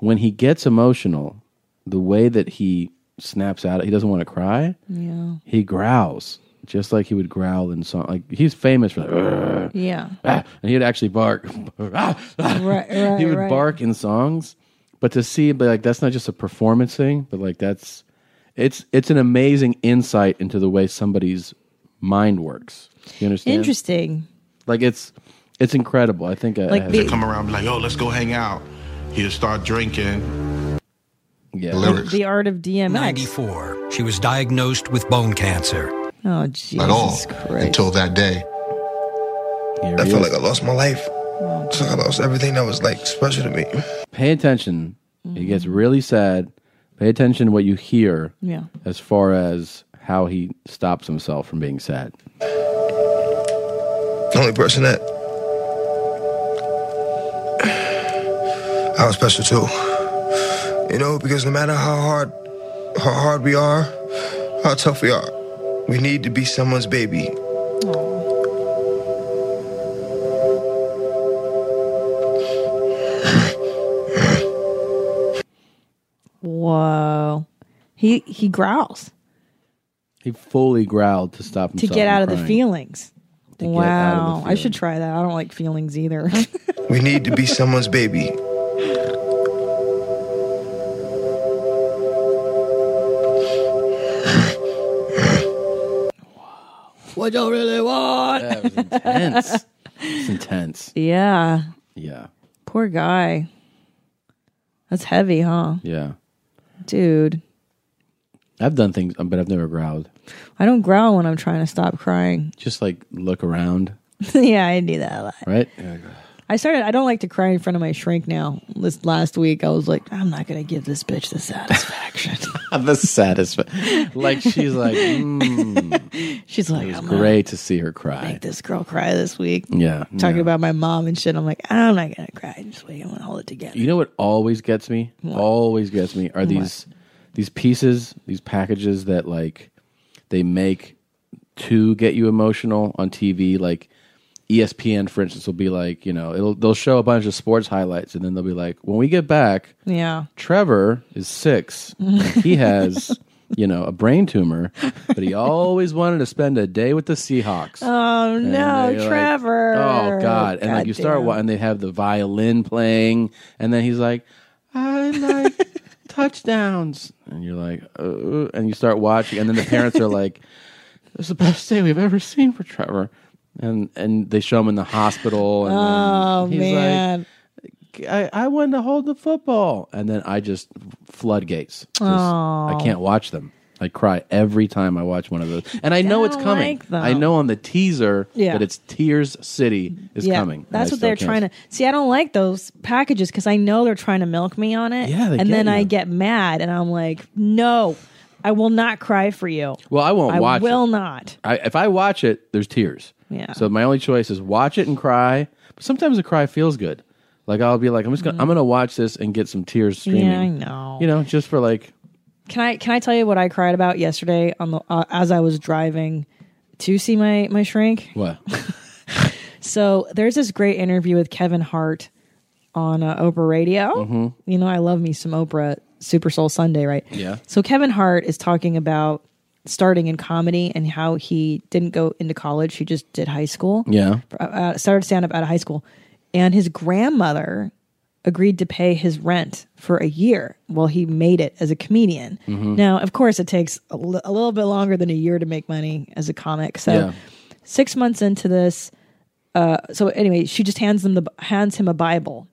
[SPEAKER 4] when he gets emotional the way that he snaps out he doesn't want to cry
[SPEAKER 5] yeah.
[SPEAKER 4] he growls just like he would growl in song like he's famous for like, "Argh."
[SPEAKER 5] Yeah.
[SPEAKER 4] Ah, and he'd actually bark. Ah, ah.
[SPEAKER 5] Right, right,
[SPEAKER 4] he would
[SPEAKER 5] right.
[SPEAKER 4] bark in songs, but to see, but like that's not just a performance thing, but like that's it's it's an amazing insight into the way somebody's mind works. You understand?
[SPEAKER 5] Interesting.
[SPEAKER 4] Like it's it's incredible. I think uh, I, I have-
[SPEAKER 23] They come around be like, yo, let's go hang out. He'll start drinking.
[SPEAKER 4] Yeah.
[SPEAKER 23] Lyrics.
[SPEAKER 5] The art of DMX.
[SPEAKER 25] 94. She was diagnosed with bone cancer.
[SPEAKER 5] Oh, Jesus.
[SPEAKER 25] At all.
[SPEAKER 23] Until that day.
[SPEAKER 25] I felt like
[SPEAKER 23] I lost my life. It's like I lost everything that was like special to me.
[SPEAKER 4] pay attention. It gets
[SPEAKER 5] Mm-hmm.
[SPEAKER 4] really sad. Pay attention to what you hear
[SPEAKER 23] Yeah.
[SPEAKER 4] as far as how he stops himself from being sad.
[SPEAKER 23] The only person that I was special to. You know, because no matter how hard how hard we are, how tough we are, we need to be someone's baby.
[SPEAKER 5] Whoa. He he growls
[SPEAKER 4] He fully growled to stop
[SPEAKER 5] to
[SPEAKER 4] himself
[SPEAKER 5] get
[SPEAKER 4] from
[SPEAKER 5] out of the
[SPEAKER 4] crying.
[SPEAKER 5] feelings.
[SPEAKER 4] To get out of the
[SPEAKER 5] Wow. I should try that. I don't like feelings either.
[SPEAKER 23] We need to be someone's baby.
[SPEAKER 5] what y'all really want?
[SPEAKER 4] That was intense. It's intense.
[SPEAKER 5] yeah.
[SPEAKER 4] Yeah.
[SPEAKER 5] Poor guy. That's heavy, huh?
[SPEAKER 4] Yeah.
[SPEAKER 5] Dude,
[SPEAKER 4] I've done things, but I've never growled.
[SPEAKER 5] I don't growl when I'm trying to stop crying.
[SPEAKER 4] Just like look around,
[SPEAKER 5] yeah, I do that a lot.
[SPEAKER 4] right?
[SPEAKER 5] I started. I don't like to cry in front of my shrink now. This last week, I was like, I'm not gonna give this bitch the satisfaction.
[SPEAKER 4] the satisfaction. Like she's like, mm.
[SPEAKER 5] she's like,
[SPEAKER 4] it was
[SPEAKER 5] I'm gonna
[SPEAKER 4] great to see her cry.
[SPEAKER 5] make this girl cry this week.
[SPEAKER 4] Yeah,
[SPEAKER 5] talking
[SPEAKER 4] yeah.
[SPEAKER 5] about my mom and shit. I'm like, I'm not gonna cry. Just wait. I'm gonna hold it together.
[SPEAKER 4] You know what always gets me?
[SPEAKER 5] What?
[SPEAKER 4] Always gets me are
[SPEAKER 5] What?
[SPEAKER 4] these these pieces, these packages that like they make to get you emotional on TV. Like E ESPN, for instance, will be like, you know, it'll they'll show a bunch of sports highlights, and then they'll be like, when we get back,
[SPEAKER 5] Yeah.
[SPEAKER 4] Trevor is six. he has. You know, a brain tumor, but he always wanted to spend a day with the Seahawks.
[SPEAKER 5] Oh
[SPEAKER 4] And
[SPEAKER 5] no,
[SPEAKER 4] they're like,
[SPEAKER 5] Trevor.
[SPEAKER 4] oh God! And like you start,
[SPEAKER 5] Goddamn.
[SPEAKER 4] wa- and they have the violin playing, and then he's like, I like touchdowns. and you're like, uh, and you start watching, and then the parents are like, "It's the best day we've ever seen for Trevor," and and they show him in the hospital, and
[SPEAKER 5] Oh
[SPEAKER 4] then he's
[SPEAKER 5] man.
[SPEAKER 4] like, "I I wanted to hold the football," and then I just floodgates. Just- I
[SPEAKER 5] Oh.
[SPEAKER 4] can't watch them. I cry every time I watch one of those, and I know it's
[SPEAKER 5] Don't
[SPEAKER 4] coming.
[SPEAKER 5] like them.
[SPEAKER 4] I know on the teaser
[SPEAKER 5] Yeah.
[SPEAKER 4] that it's Tears City is
[SPEAKER 5] yeah,
[SPEAKER 4] coming. and I
[SPEAKER 5] That's what
[SPEAKER 4] still
[SPEAKER 5] they're
[SPEAKER 4] can't.
[SPEAKER 5] trying to see. I don't like those packages because I know they're trying to milk me on it.
[SPEAKER 4] Yeah, they
[SPEAKER 5] and
[SPEAKER 4] get
[SPEAKER 5] then I
[SPEAKER 4] you.
[SPEAKER 5] get mad and I'm like, no, I will not cry for you.
[SPEAKER 4] Well, I won't
[SPEAKER 5] I
[SPEAKER 4] watch. it.
[SPEAKER 5] will not.
[SPEAKER 4] I, if I watch it, there's tears.
[SPEAKER 5] Yeah.
[SPEAKER 4] So my only choice is watch it and cry. But sometimes the cry feels good. Like I'll be like, I'm just gonna, I'm gonna watch this and get some tears streaming.
[SPEAKER 5] Yeah, I know.
[SPEAKER 4] You know, just for like,
[SPEAKER 5] Can I can I tell you what I cried about yesterday on the uh, as I was driving to see my my shrink?
[SPEAKER 4] what?
[SPEAKER 5] So there's this great interview with Kevin Hart on uh, Oprah Radio.
[SPEAKER 4] Mhm.
[SPEAKER 5] You know, I love me some Oprah Super Soul Sunday, right?
[SPEAKER 4] Yeah.
[SPEAKER 5] So Kevin Hart is talking about starting in comedy and how he didn't go into college; he just did high school.
[SPEAKER 4] Yeah.
[SPEAKER 5] uh, started stand up out of high school, and his grandmother agreed to pay his rent for a year while he made it as a comedian.
[SPEAKER 1] Mhm.
[SPEAKER 5] Now, of course, it takes a li- a little bit longer than a year to make money as a comic. So,
[SPEAKER 1] Yeah.
[SPEAKER 5] six months into this, uh, so anyway, she just hands them the hands him a Bible,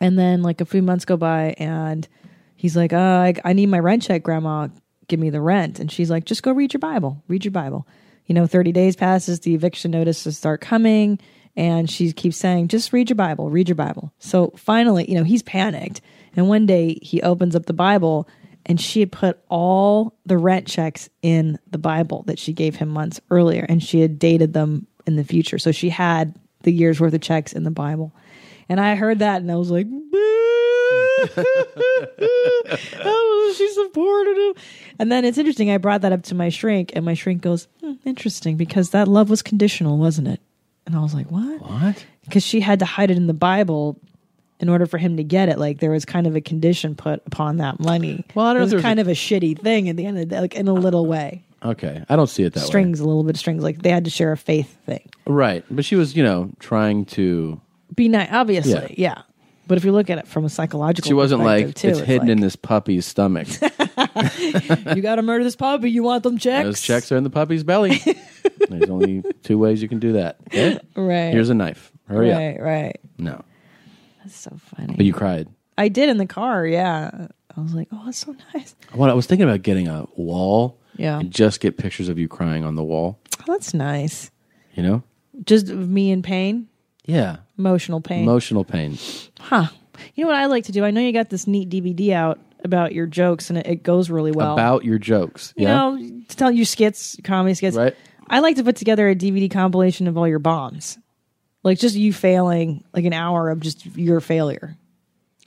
[SPEAKER 5] and then like a few months go by, and he's like, uh, I, I need my rent check, Grandma. Give me the rent. And she's like, just go read your Bible. Read your Bible. You know, 30 days passes, the eviction notices start coming. And she keeps saying, just read your Bible, read your Bible. So finally, you know, he's panicked. And one day he opens up the Bible and she had put all the rent checks in the Bible that she gave him months earlier. And she had dated them in the future. So she had the year's worth of checks in the Bible. And I heard that and I was like, oh, she supported him. And then it's interesting. I brought that up to my shrink, and my shrink goes, hmm, interesting, because that love was conditional, wasn't it? And I was like, what?
[SPEAKER 4] What?
[SPEAKER 5] Because she had to hide it in the Bible in order for him to get it. Like there was kind of a condition put upon that money. Well,
[SPEAKER 4] I don't know
[SPEAKER 5] it
[SPEAKER 4] if
[SPEAKER 5] was
[SPEAKER 4] there's
[SPEAKER 5] kind of a shitty thing at the end of the day, like in a little way.
[SPEAKER 4] Okay, I don't see it that way.
[SPEAKER 5] strings, a little bit of strings. Like they had to share a faith thing.
[SPEAKER 4] Right, but she was, you know, trying to.
[SPEAKER 5] Be nice, obviously. Yeah. But if you look at it from a psychological
[SPEAKER 4] She wasn't like
[SPEAKER 5] perspective, too,
[SPEAKER 4] it's hidden in this puppy's stomach.
[SPEAKER 5] you got to murder this puppy. You want them checks?
[SPEAKER 4] Those checks are in the puppy's belly. There's only two ways you can do that. Okay?
[SPEAKER 5] Right.
[SPEAKER 4] Here's a knife. Hurry
[SPEAKER 5] right,
[SPEAKER 4] up.
[SPEAKER 5] Right.
[SPEAKER 4] No,
[SPEAKER 5] That's so funny.
[SPEAKER 4] but you cried.
[SPEAKER 5] I did in the car. Yeah. I was like, oh, that's so nice.
[SPEAKER 4] What I was thinking about getting a wall.
[SPEAKER 5] Yeah.
[SPEAKER 4] And just get pictures of you crying on the wall.
[SPEAKER 5] Oh, that's nice.
[SPEAKER 4] You know.
[SPEAKER 5] Just me in pain,
[SPEAKER 4] Yeah.
[SPEAKER 5] emotional pain.
[SPEAKER 4] Emotional pain.
[SPEAKER 5] huh. You know what I like to do? I know you got this neat DVD out about your jokes, and it, it goes really well.
[SPEAKER 4] About your jokes.
[SPEAKER 5] you
[SPEAKER 4] yeah.
[SPEAKER 5] know, to tell you skits, comedy skits.
[SPEAKER 4] Right.
[SPEAKER 5] I like to put together a DVD compilation of all your bombs, like just you failing, like an hour of just your failure.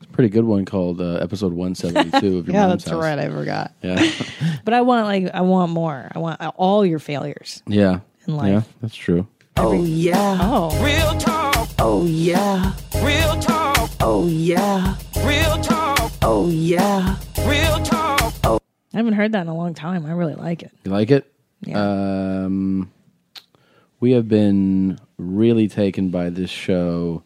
[SPEAKER 4] It's a pretty good one called uh, episode 172 of your
[SPEAKER 5] Yeah,
[SPEAKER 4] mom's
[SPEAKER 5] that's
[SPEAKER 4] house.
[SPEAKER 5] right, I forgot.
[SPEAKER 4] Yeah.
[SPEAKER 5] But I want like I want more. I want all your failures.
[SPEAKER 4] yeah.
[SPEAKER 5] In life.
[SPEAKER 4] Yeah, that's true.
[SPEAKER 1] Oh yeah.
[SPEAKER 5] Oh.
[SPEAKER 1] Real talk. Oh yeah. Real talk. Oh yeah. Real talk. Oh yeah. Real talk. Oh.
[SPEAKER 5] I haven't heard that in a long time. I really like it.
[SPEAKER 4] You like it? Yeah. Um, we have been really taken by this show,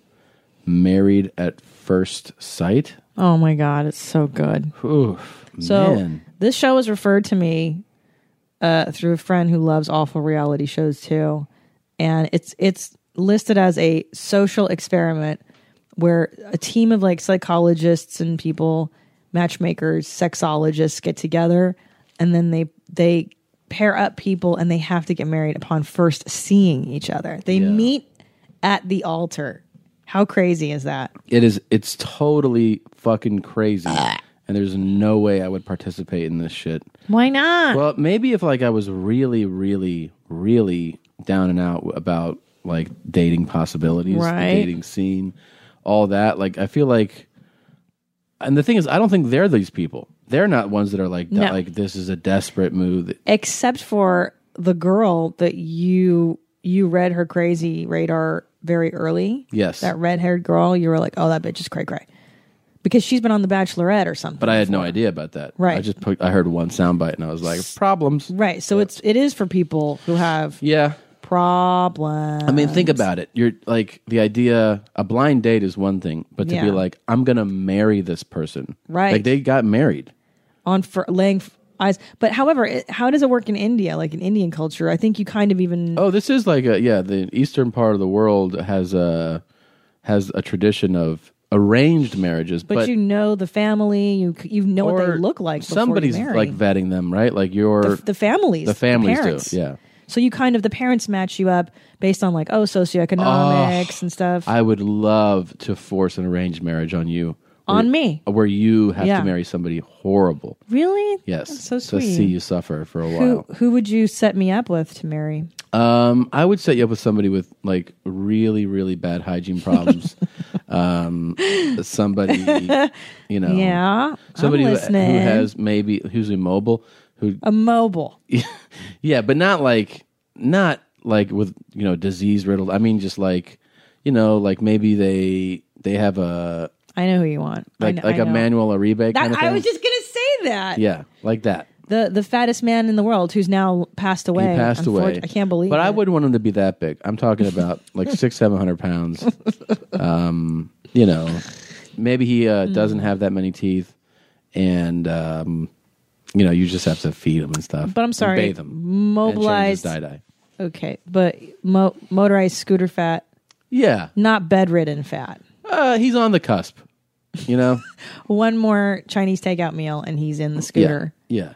[SPEAKER 4] Married at First Sight.
[SPEAKER 5] Oh my god, it's so good.
[SPEAKER 4] Oof,
[SPEAKER 5] So
[SPEAKER 4] man.
[SPEAKER 5] this show was referred to me uh, through a friend who loves awful reality shows too, and it's it's listed as a social experiment where a team of like psychologists and people, matchmakers, sexologists get together and then they they pair up people and they have to get married upon first seeing each other. They meet at the altar. How crazy is that?
[SPEAKER 4] It is. It's totally fucking crazy.
[SPEAKER 5] Ah.
[SPEAKER 4] and there's no way I would participate in this shit.
[SPEAKER 5] Why not?
[SPEAKER 4] Well, maybe if like I was really, really, really down and out about like dating possibilities, the
[SPEAKER 5] Right.
[SPEAKER 4] dating scene, all that. Like I feel like, and the thing is, I don't think they're these people. They're not ones that are like
[SPEAKER 5] No.
[SPEAKER 4] like this is a desperate move.
[SPEAKER 5] except for the girl that you you read her crazy radar very early.
[SPEAKER 4] Yes.
[SPEAKER 5] that red haired girl. You were like, oh, that bitch is cray cray, because she's been on The Bachelorette or something.
[SPEAKER 4] But I had no idea about that.
[SPEAKER 5] Right.
[SPEAKER 4] I just put, I heard one soundbite and I was like, problems.
[SPEAKER 5] Right. So it's it is for people who have
[SPEAKER 4] yeah
[SPEAKER 5] problems.
[SPEAKER 4] I mean, think about it. You're like the idea. A blind date is one thing, but to be
[SPEAKER 5] Yeah.
[SPEAKER 4] like, I'm gonna marry this person.
[SPEAKER 5] Right.
[SPEAKER 4] Like they got married.
[SPEAKER 5] on for laying f- eyes. But however, it, how does it work in India? Like in Indian culture, I think you kind of even
[SPEAKER 4] Oh, this is like a yeah. The eastern part of the world has a has a tradition of arranged marriages,
[SPEAKER 5] but,
[SPEAKER 4] but,
[SPEAKER 5] you know the family. You c- you know what they
[SPEAKER 4] or
[SPEAKER 5] look like. before you
[SPEAKER 4] somebody's
[SPEAKER 5] marry.
[SPEAKER 4] like vetting them, right? Like your
[SPEAKER 5] the, the families,
[SPEAKER 4] the families
[SPEAKER 5] parents.
[SPEAKER 4] do. Yeah.
[SPEAKER 5] So you kind of the parents match you up based on like oh socioeconomics and stuff.
[SPEAKER 4] I would love to force an arranged marriage on you.
[SPEAKER 5] On
[SPEAKER 4] where-
[SPEAKER 5] me.
[SPEAKER 4] Where you have
[SPEAKER 5] Yeah.
[SPEAKER 4] to marry somebody horrible.
[SPEAKER 5] really?
[SPEAKER 4] Yes.
[SPEAKER 5] That's so
[SPEAKER 4] To
[SPEAKER 5] sweet.
[SPEAKER 4] see you suffer for a while.
[SPEAKER 5] Who who would you set me up with to marry?
[SPEAKER 4] Um, I would set you up with somebody with like really, really bad hygiene problems. um, somebody, you know,
[SPEAKER 5] yeah.
[SPEAKER 4] Oh. somebody
[SPEAKER 5] I'm
[SPEAKER 4] who, who
[SPEAKER 5] listening.
[SPEAKER 4] has maybe who's immobile, who,
[SPEAKER 5] a mobile.
[SPEAKER 4] yeah, but not like, not like with you know disease riddled. I mean, just like, you know, like maybe they they have a
[SPEAKER 5] I know who you want. I
[SPEAKER 4] like
[SPEAKER 5] kn-
[SPEAKER 4] like
[SPEAKER 5] I
[SPEAKER 4] a
[SPEAKER 5] know.
[SPEAKER 4] manual Aribe
[SPEAKER 5] That,
[SPEAKER 4] kind of thing.
[SPEAKER 5] I was just gonna say that.
[SPEAKER 4] yeah, like that.
[SPEAKER 5] The the fattest man in the world who's now passed away.
[SPEAKER 4] He passed
[SPEAKER 5] Unfor-
[SPEAKER 4] away.
[SPEAKER 5] I can't believe.
[SPEAKER 4] But
[SPEAKER 5] it.
[SPEAKER 4] I wouldn't want him to be that big. I'm talking about like six, seven hundred pounds. Um, you know, maybe he uh,
[SPEAKER 5] Hmm.
[SPEAKER 4] doesn't have that many teeth, and um, you know, you just have to feed him and stuff.
[SPEAKER 5] But I'm
[SPEAKER 4] and
[SPEAKER 5] sorry.
[SPEAKER 4] bathe him,
[SPEAKER 5] Mobilized.
[SPEAKER 4] die dye.
[SPEAKER 5] Okay, but mo- motorized scooter fat.
[SPEAKER 4] Yeah.
[SPEAKER 5] Not bedridden fat.
[SPEAKER 4] Uh, he's on the cusp. You know,
[SPEAKER 5] One more Chinese takeout meal and he's in the scooter.
[SPEAKER 4] yeah. yeah.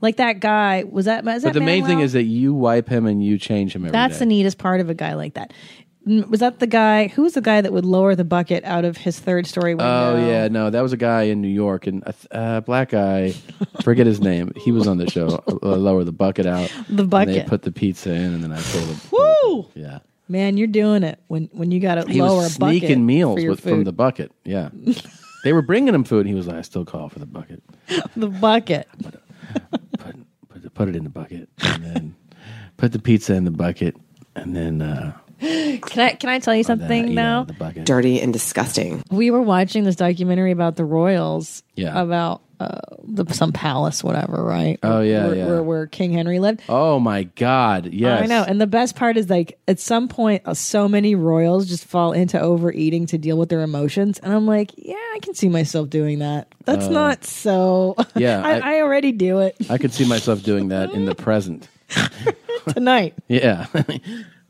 [SPEAKER 5] Like that guy was that. Is
[SPEAKER 4] But
[SPEAKER 5] that
[SPEAKER 4] the main thing
[SPEAKER 5] Manuel?
[SPEAKER 4] is that you wipe him and you change him every day.
[SPEAKER 5] that's the neatest part of a guy like that. Mm, Was that the guy? Who was the guy that would lower the bucket out of his third story window?
[SPEAKER 4] Oh yeah, no, that was a guy in New York, and a th- uh, black guy, forget his name. He was on the show. Uh, lower the bucket out.
[SPEAKER 5] The
[SPEAKER 4] and
[SPEAKER 5] bucket.
[SPEAKER 4] they put the pizza in, and then I pulled him.
[SPEAKER 5] Woo!
[SPEAKER 4] Yeah,
[SPEAKER 5] Man, you're doing it when when you got to
[SPEAKER 4] he
[SPEAKER 5] lower
[SPEAKER 4] was
[SPEAKER 5] a bucket
[SPEAKER 4] sneaking meals
[SPEAKER 5] for your
[SPEAKER 4] with, from
[SPEAKER 5] food.
[SPEAKER 4] the bucket. Yeah, they were bringing him food, and he was like, "I still call for the bucket.
[SPEAKER 5] the bucket.
[SPEAKER 4] Put, put it in the bucket, and then put the pizza in the bucket, and then uh,
[SPEAKER 5] Can I can I tell you something now?
[SPEAKER 26] Dirty and disgusting.
[SPEAKER 5] We were watching this documentary about the royals.
[SPEAKER 26] Yeah.
[SPEAKER 5] About uh, the, some palace, whatever, right?
[SPEAKER 4] Oh, yeah,
[SPEAKER 5] where,
[SPEAKER 4] yeah.
[SPEAKER 5] Where, where King Henry lived.
[SPEAKER 4] oh my god, yes,
[SPEAKER 5] Oh, I know. And the best part is like at some point, uh, so many royals just fall into overeating to deal with their emotions, and I'm like, yeah, I can see myself doing that. That's
[SPEAKER 4] Uh,
[SPEAKER 5] not so.
[SPEAKER 4] yeah,
[SPEAKER 5] I, I,
[SPEAKER 4] I-
[SPEAKER 5] already do it
[SPEAKER 4] I could see myself doing that in the present.
[SPEAKER 5] tonight.
[SPEAKER 4] Yeah.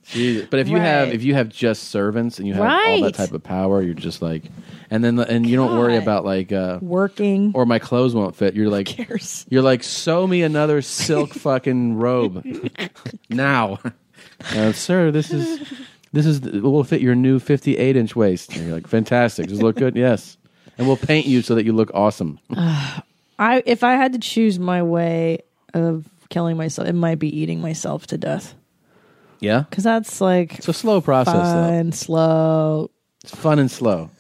[SPEAKER 4] Jesus. But if you have
[SPEAKER 5] Right.
[SPEAKER 4] if you have just servants and you have all
[SPEAKER 5] Right.
[SPEAKER 4] that type of power, you're just like, and then and you don't worry
[SPEAKER 5] God.
[SPEAKER 4] about like uh,
[SPEAKER 5] Working
[SPEAKER 4] or my clothes won't fit. You're like,
[SPEAKER 5] cares?
[SPEAKER 4] you're like, sew me another silk fucking robe now, uh, sir. This is this is it will fit your new 58 inch waist. And you're like, fantastic. Does it look good? Yes. And we'll paint you so that you look awesome.
[SPEAKER 5] I if I had to choose my way of killing myself, it might be eating myself to death.
[SPEAKER 4] Yeah.
[SPEAKER 5] Because that's like
[SPEAKER 4] it's a slow process, though.
[SPEAKER 5] fun, slow,
[SPEAKER 4] It's fun and slow.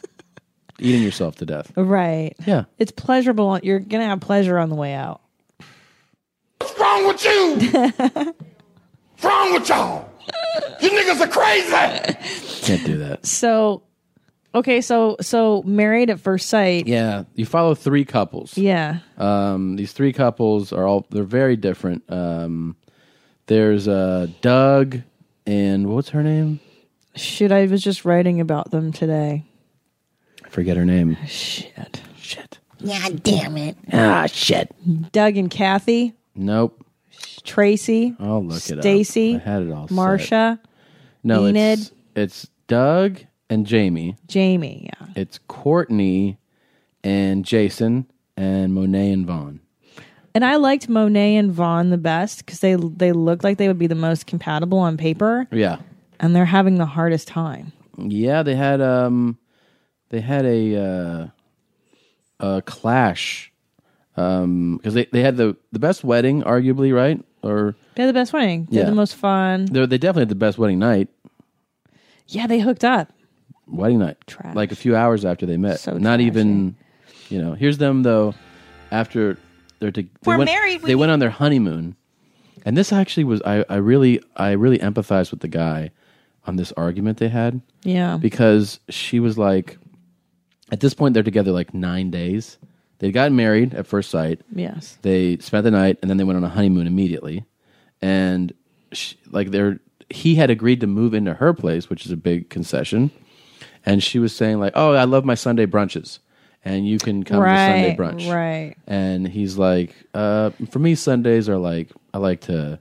[SPEAKER 4] Eating yourself to death.
[SPEAKER 5] right?
[SPEAKER 4] Yeah.
[SPEAKER 5] it's pleasurable. You're gonna have pleasure on the way out.
[SPEAKER 23] What's wrong with you? What's wrong with y'all? You niggas are crazy.
[SPEAKER 4] Can't do that.
[SPEAKER 5] So, okay, so so married at first sight.
[SPEAKER 4] Yeah, you follow three couples.
[SPEAKER 5] Yeah.
[SPEAKER 4] Um, these three couples are all they're very different. Um, there's uh, Doug and what's her name?
[SPEAKER 5] Shoot, I was just writing about them today.
[SPEAKER 4] I forget her name.
[SPEAKER 5] Shit.
[SPEAKER 4] Shit.
[SPEAKER 5] God damn it.
[SPEAKER 4] Ah, shit.
[SPEAKER 5] Doug and Kathy,
[SPEAKER 4] Nope.
[SPEAKER 5] Tracy,
[SPEAKER 4] Oh, I'll look it up.
[SPEAKER 5] Stacy,
[SPEAKER 4] I had it all set.
[SPEAKER 5] Marsha.
[SPEAKER 4] No,
[SPEAKER 5] Enid.
[SPEAKER 4] it's it's Doug and Jamie.
[SPEAKER 5] Jamie, yeah.
[SPEAKER 4] It's Courtney and Jason and Monet and Vaughn.
[SPEAKER 5] And I liked Monet and Vaughn the best because they they looked like they would be the most compatible on paper,
[SPEAKER 4] Yeah.
[SPEAKER 5] and they're having the hardest time.
[SPEAKER 4] Yeah, they had um they had a uh a clash. Um cuz they they had the the best wedding arguably, right? Or
[SPEAKER 5] They're the best wedding. They're
[SPEAKER 4] Yeah.
[SPEAKER 5] the most fun.
[SPEAKER 4] they they definitely had the best wedding night,
[SPEAKER 5] Yeah, they hooked up.
[SPEAKER 4] wedding night. Like a few hours after they met.
[SPEAKER 5] So
[SPEAKER 4] Not even you know, here's them though after they're to, they
[SPEAKER 1] We're
[SPEAKER 4] went,
[SPEAKER 1] married, we
[SPEAKER 4] They went on their honeymoon. And this actually was I I really I really empathized with the guy on this argument they had.
[SPEAKER 5] Yeah.
[SPEAKER 4] because she was like at this point they're together like nine days they'd gotten married at first sight
[SPEAKER 5] Yes.
[SPEAKER 4] they spent the night and then they went on a honeymoon immediately and she, like they're he had agreed to move into her place which is a big concession and she was saying like oh i love my sunday brunches and you can come
[SPEAKER 5] right.
[SPEAKER 4] to sunday brunch
[SPEAKER 5] Right.
[SPEAKER 4] and he's like uh, for me sundays are like i like to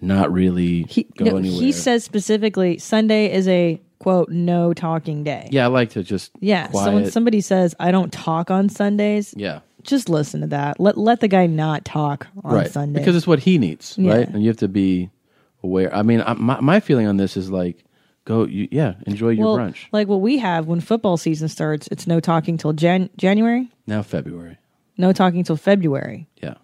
[SPEAKER 4] not really go
[SPEAKER 5] No,
[SPEAKER 4] anywhere
[SPEAKER 5] he says specifically Sunday is a quote no talking day.
[SPEAKER 4] yeah i like to just
[SPEAKER 5] Yeah. So when
[SPEAKER 4] quiet.
[SPEAKER 5] somebody says I don't talk on Sundays,
[SPEAKER 4] yeah
[SPEAKER 5] just listen to that. Let let the guy not talk on
[SPEAKER 4] right.
[SPEAKER 5] Sunday
[SPEAKER 4] because it's what he needs,
[SPEAKER 5] Yeah.
[SPEAKER 4] right? And you have to be aware. I mean, I, my my feeling on this is like, go, you, yeah, enjoy your
[SPEAKER 5] well,
[SPEAKER 4] brunch
[SPEAKER 5] Like what we have when football season starts, it's no talking till Jan- January,
[SPEAKER 4] now, February,
[SPEAKER 5] no talking till February.
[SPEAKER 4] yeah,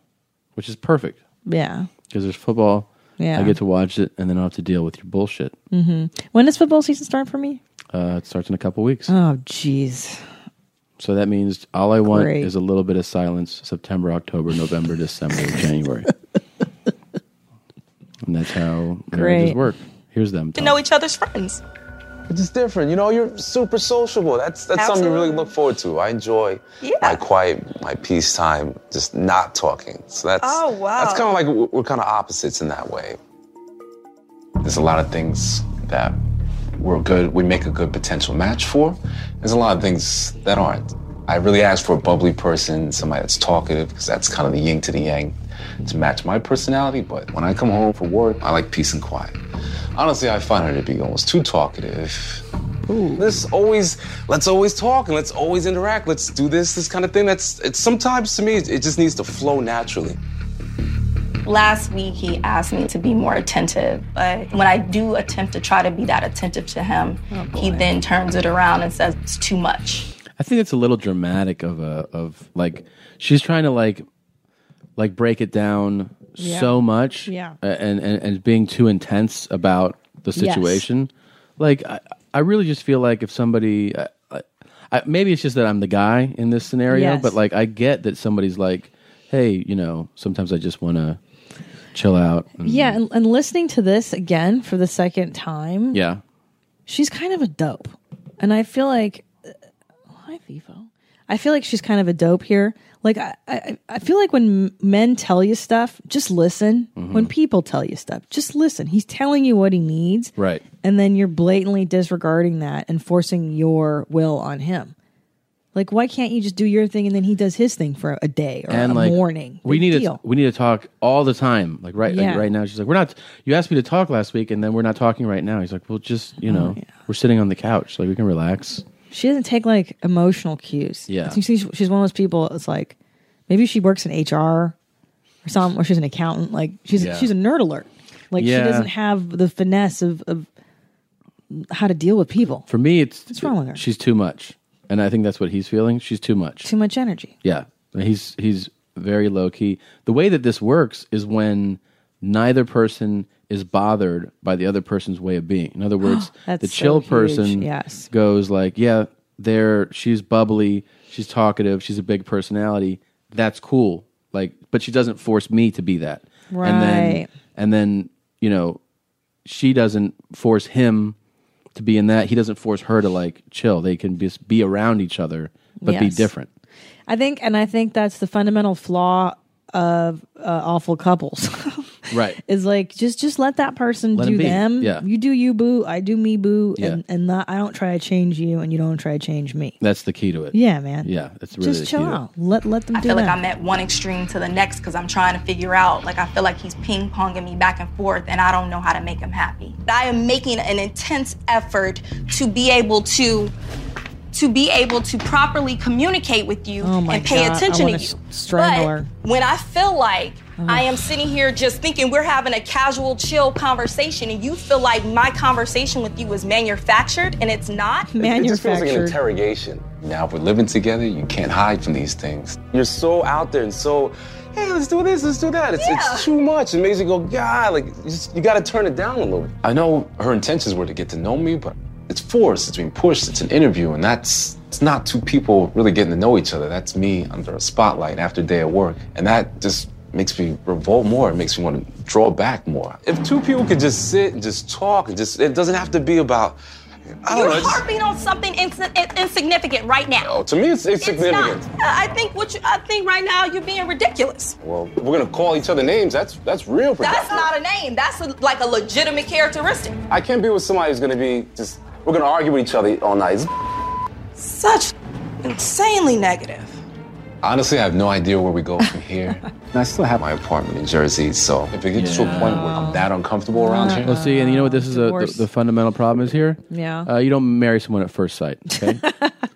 [SPEAKER 4] which is perfect
[SPEAKER 5] Yeah.
[SPEAKER 4] because there's football.
[SPEAKER 5] Yeah.
[SPEAKER 4] I get to watch it, and then I'll have to deal with your bullshit.
[SPEAKER 5] hmm When does football season start for me?
[SPEAKER 4] Uh, it starts in a couple weeks.
[SPEAKER 5] Oh, jeez.
[SPEAKER 4] So that means all I want
[SPEAKER 5] Great.
[SPEAKER 4] is a little bit of silence. September, October, November, December, January. And that's how marriages
[SPEAKER 27] Great.
[SPEAKER 4] work. Here's them.
[SPEAKER 27] to know each other's friends.
[SPEAKER 24] It's just different, you know. You're super sociable. That's that's something you really look forward to. I enjoy my quiet, my peace time, just not talking. So that's
[SPEAKER 27] Oh, wow.
[SPEAKER 24] That's kind of like we're- we're kind of opposites in that way. There's a lot of things that we're good. We make a good potential match for. There's a lot of things that aren't. I really ask for a bubbly person, somebody that's talkative, because that's kind of the yin to the yang to match my personality. But when I come home from work, I like peace and quiet. Honestly, I find her to be almost too talkative. Let's always let's always talk and let's always interact. Let's do this this kind of thing. That's it's sometimes to me it it just needs to flow naturally.
[SPEAKER 27] Last week, he asked me to be more attentive, but when I do attempt to try to be that attentive to him, he then turns it around and says it's too much.
[SPEAKER 4] I think it's a little dramatic of a of like she's trying to like like break it down
[SPEAKER 27] Yeah.
[SPEAKER 4] so much,
[SPEAKER 27] Yeah.
[SPEAKER 4] a- and, and and being too intense about the
[SPEAKER 27] Yes.
[SPEAKER 4] situation. Like I, I really just feel like if somebody, I, I, I, maybe it's just that I'm the guy in this scenario,
[SPEAKER 27] Yes.
[SPEAKER 4] but like I get that somebody's like, hey, you know, sometimes I just want to chill out. and-
[SPEAKER 5] Yeah, and, and listening to this again for the second time,
[SPEAKER 4] yeah.
[SPEAKER 5] she's kind of a dope. And I feel like hi Vivo. I feel like she's kind of a dope here. Like I, I, I feel like when m- men tell you stuff, just listen.
[SPEAKER 4] Mm-hmm.
[SPEAKER 5] When people tell you stuff, just listen. He's telling you what he needs,
[SPEAKER 4] Right.
[SPEAKER 5] and then you're blatantly disregarding that and forcing your will on him. Like, why can't you just do your thing and then he does his thing for a day or Uh, a morning?
[SPEAKER 4] We
[SPEAKER 5] Big
[SPEAKER 4] need
[SPEAKER 5] deal.
[SPEAKER 4] to we need to talk all the time. Like right like
[SPEAKER 5] Yeah.
[SPEAKER 4] right now, she's like, "We're not." You asked me to talk last week, and then we're not talking right now. He's like, "Well, just you
[SPEAKER 5] Oh,
[SPEAKER 4] know,
[SPEAKER 5] yeah.
[SPEAKER 4] we're sitting on the couch, like we can relax."
[SPEAKER 5] She doesn't take like emotional cues.
[SPEAKER 4] Yeah.
[SPEAKER 5] I think she's, she's one of those people. It's like maybe she works in HR or something, or she's an accountant. Like she's
[SPEAKER 4] Yeah.
[SPEAKER 5] she's a nerd alert. Like
[SPEAKER 4] Yeah.
[SPEAKER 5] she doesn't have the finesse of, of how to deal with people.
[SPEAKER 4] For me, it's
[SPEAKER 5] What's wrong with her?
[SPEAKER 4] she's too much, and I think that's what he's feeling. She's too much.
[SPEAKER 5] Too much energy.
[SPEAKER 4] Yeah, And he's he's very low key. The way that this works is when neither person is bothered by the other person's way of being. In other words,
[SPEAKER 5] That's
[SPEAKER 4] the
[SPEAKER 5] so
[SPEAKER 4] chill
[SPEAKER 5] huge.
[SPEAKER 4] person
[SPEAKER 5] Yes.
[SPEAKER 4] goes like, "Yeah, there she's bubbly, she's talkative, she's a big personality. That's cool. Like, but she doesn't force me to be that." And then
[SPEAKER 5] Right.
[SPEAKER 4] and then, you know, she doesn't force him to be in that. He doesn't force her to like chill. They can just be around each other but be
[SPEAKER 5] Yes.
[SPEAKER 4] different.
[SPEAKER 5] I think, and I think that's the fundamental flaw of uh, awful couples.
[SPEAKER 4] Right.
[SPEAKER 17] is like just just let that person
[SPEAKER 4] Let
[SPEAKER 17] do
[SPEAKER 4] him be.
[SPEAKER 17] them.
[SPEAKER 4] Yeah.
[SPEAKER 17] You do you boo, I do me boo,
[SPEAKER 4] Yeah.
[SPEAKER 17] and and not, I don't try to change you, and you don't try to change me.
[SPEAKER 4] That's the key to it.
[SPEAKER 17] Yeah, man.
[SPEAKER 4] Yeah, that's really the
[SPEAKER 17] just
[SPEAKER 4] key
[SPEAKER 17] chill
[SPEAKER 4] to it.
[SPEAKER 17] out. Let let them
[SPEAKER 27] I
[SPEAKER 17] do
[SPEAKER 27] feel like
[SPEAKER 17] that.
[SPEAKER 27] I'm at one extreme to the next because I'm trying to figure out. Like I feel like he's ping ponging me back and forth, and I don't know how to make him happy. I am making an intense effort to be able to to be able to properly communicate with you
[SPEAKER 5] Oh my
[SPEAKER 27] and pay
[SPEAKER 5] God, I
[SPEAKER 27] attention
[SPEAKER 5] wanna
[SPEAKER 27] to you.
[SPEAKER 5] s- strangle her.
[SPEAKER 27] When I feel like
[SPEAKER 5] Ugh.
[SPEAKER 27] I am sitting here just thinking we're having a casual, chill conversation, and you feel like my conversation with you is manufactured, and it's not.
[SPEAKER 24] It just feels like an interrogation. Now, if we're living together, you can't hide from these things. You're so out there and so, hey, let's do this, let's do that. It's, it's too much. It makes you go, God, like, you, just, you gotta turn it down a little bit. I know her intentions were to get to know me, but it's forced, it's being pushed, it's an interview, and that's it's not two people really getting to know each other. That's me under a spotlight after a day at work. And that just makes me revolt more. It makes me want to draw back more. If two people could just sit and just talk and just it doesn't have to be about I don't
[SPEAKER 27] You're
[SPEAKER 24] know. it's-
[SPEAKER 27] harping on something ins- in- insignificant right now.
[SPEAKER 24] to me, it's insignificant.
[SPEAKER 27] It's not. Uh, I I think what you, I think right now you're being ridiculous.
[SPEAKER 24] Well, we're gonna call each other names. That's that's real.
[SPEAKER 27] That's
[SPEAKER 24] production.
[SPEAKER 27] not a name. That's a, like a legitimate characteristic.
[SPEAKER 24] I can't be with somebody who's gonna be just. We're gonna argue with each other all night.
[SPEAKER 27] Such insanely negative.
[SPEAKER 24] Honestly, I have no idea where we go from here. and I still have my apartment in Jersey, so if it gets to a point where I'm that uncomfortable around here,
[SPEAKER 4] Well, see, and you know what? This is a, the,
[SPEAKER 24] Divorce.
[SPEAKER 4] the fundamental problem is here.
[SPEAKER 5] Yeah.
[SPEAKER 4] uh, you don't marry someone at first sight. Okay,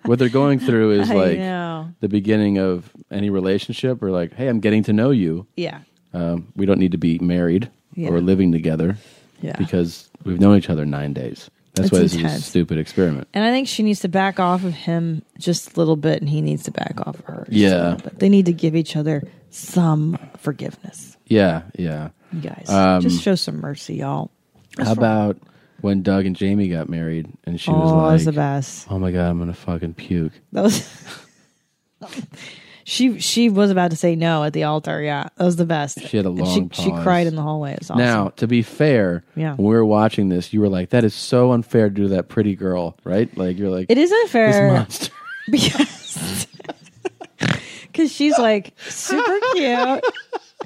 [SPEAKER 4] what they're going through is
[SPEAKER 5] I
[SPEAKER 4] like
[SPEAKER 5] know.
[SPEAKER 4] the beginning of any relationship, or like, hey, I'm getting to know you.
[SPEAKER 5] Yeah.
[SPEAKER 4] Um, we don't need to be married
[SPEAKER 5] Yeah.
[SPEAKER 4] or living together.
[SPEAKER 5] Yeah.
[SPEAKER 4] because we've known each other nine days. That's
[SPEAKER 5] It's
[SPEAKER 4] why this is
[SPEAKER 5] intense.
[SPEAKER 4] a stupid experiment.
[SPEAKER 5] And I think she needs to back off of him just a little bit, and he needs to back off of her. just a
[SPEAKER 4] Yeah.
[SPEAKER 5] little bit. They need to give each other some forgiveness.
[SPEAKER 4] Yeah, yeah.
[SPEAKER 5] You guys,
[SPEAKER 4] Um,
[SPEAKER 5] just show some mercy, y'all.
[SPEAKER 4] How about when Doug and Jamie got married and she was
[SPEAKER 5] Oh,
[SPEAKER 4] like,
[SPEAKER 5] it was the best.
[SPEAKER 4] "Oh my god, I'm gonna fucking puke."
[SPEAKER 5] That was. she she was about to say no at the altar. Yeah, that was the best.
[SPEAKER 4] She had a
[SPEAKER 5] And
[SPEAKER 4] long
[SPEAKER 5] she, she
[SPEAKER 4] pause.
[SPEAKER 5] cried in the hallway. It's awesome.
[SPEAKER 4] Now, to be fair,
[SPEAKER 5] Yeah.
[SPEAKER 4] when we were watching this, you were like, "That is so unfair to do that pretty girl," right? Like you're like,
[SPEAKER 5] It is unfair.
[SPEAKER 4] This monster.
[SPEAKER 5] because because she's like super cute.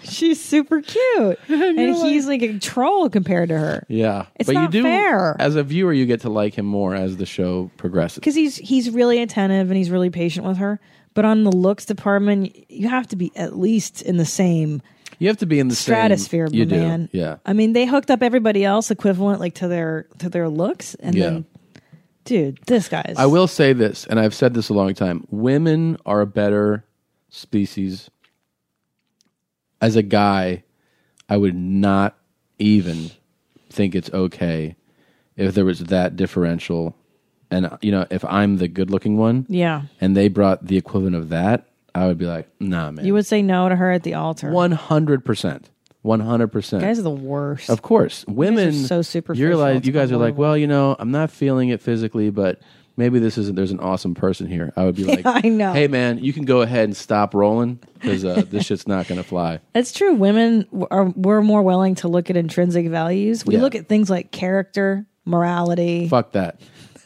[SPEAKER 5] She's super cute, and,
[SPEAKER 4] you're
[SPEAKER 5] he's like a troll compared to her.
[SPEAKER 4] Yeah,
[SPEAKER 5] It's
[SPEAKER 4] but you
[SPEAKER 5] not
[SPEAKER 4] do
[SPEAKER 5] fair.
[SPEAKER 4] as a viewer, you get to like him more as the show progresses.
[SPEAKER 5] because he's he's really attentive and he's really patient with her. But on the looks department, you have to be at least in the same.
[SPEAKER 4] You have to be in the same-
[SPEAKER 5] stratosphere,
[SPEAKER 4] you do,
[SPEAKER 5] man.
[SPEAKER 4] yeah.
[SPEAKER 5] I mean, they hooked up everybody else equivalent, like to their to their looks, and
[SPEAKER 4] Yeah.
[SPEAKER 5] then, dude, this guy's.
[SPEAKER 4] I will say this, and I've said this a long time: women are a better species. As a guy, I would not even think it's okay if there was that differential, and you know, if I'm the good-looking one,
[SPEAKER 5] Yeah,
[SPEAKER 4] and they brought the equivalent of that, I would be like, nah, man,
[SPEAKER 5] you would say no to her at the altar.
[SPEAKER 4] one hundred percent, one hundred
[SPEAKER 5] guys
[SPEAKER 4] percent.
[SPEAKER 5] are the worst.
[SPEAKER 4] Of course, women
[SPEAKER 5] so superficial.
[SPEAKER 4] You're like,
[SPEAKER 5] It's
[SPEAKER 4] you guys are like,
[SPEAKER 5] unbelievable.
[SPEAKER 4] well, you know, I'm not feeling it physically, but maybe this isn't. There's an awesome person here. I would be like,
[SPEAKER 5] I know.
[SPEAKER 4] Hey, man, you can go ahead and stop rolling because uh, this shit's not gonna fly.
[SPEAKER 5] That's true. Women w- are we're more willing to look at intrinsic values. We
[SPEAKER 4] Yeah.
[SPEAKER 5] look at things like character, morality,
[SPEAKER 4] Fuck that.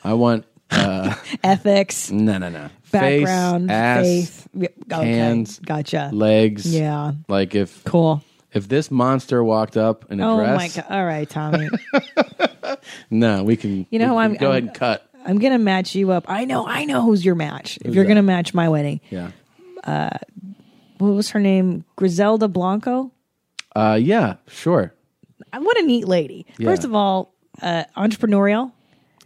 [SPEAKER 4] I want. Uh,
[SPEAKER 5] ethics,
[SPEAKER 4] no, no, no.
[SPEAKER 5] background,
[SPEAKER 4] Face, ass,
[SPEAKER 5] faith. Y- Okay,
[SPEAKER 4] hands,
[SPEAKER 5] gotcha.
[SPEAKER 4] legs.
[SPEAKER 5] Yeah.
[SPEAKER 4] Like if
[SPEAKER 5] cool.
[SPEAKER 4] If this monster walked up in a
[SPEAKER 5] Oh
[SPEAKER 4] dress,
[SPEAKER 5] my god! All right, Tommy.
[SPEAKER 4] no, we can.
[SPEAKER 5] You know
[SPEAKER 4] we
[SPEAKER 5] who
[SPEAKER 4] can
[SPEAKER 5] I'm-
[SPEAKER 4] go
[SPEAKER 5] I'm-
[SPEAKER 4] ahead and cut.
[SPEAKER 5] I'm gonna match you up. I know. I know who's your match.
[SPEAKER 4] Who's
[SPEAKER 5] if you're
[SPEAKER 4] that?
[SPEAKER 5] gonna match my wedding,
[SPEAKER 4] Yeah.
[SPEAKER 5] uh, what was her name? Griselda Blanco.
[SPEAKER 4] Uh, yeah, sure.
[SPEAKER 5] Uh, What a neat lady.
[SPEAKER 4] Yeah.
[SPEAKER 5] First of all, uh, entrepreneurial,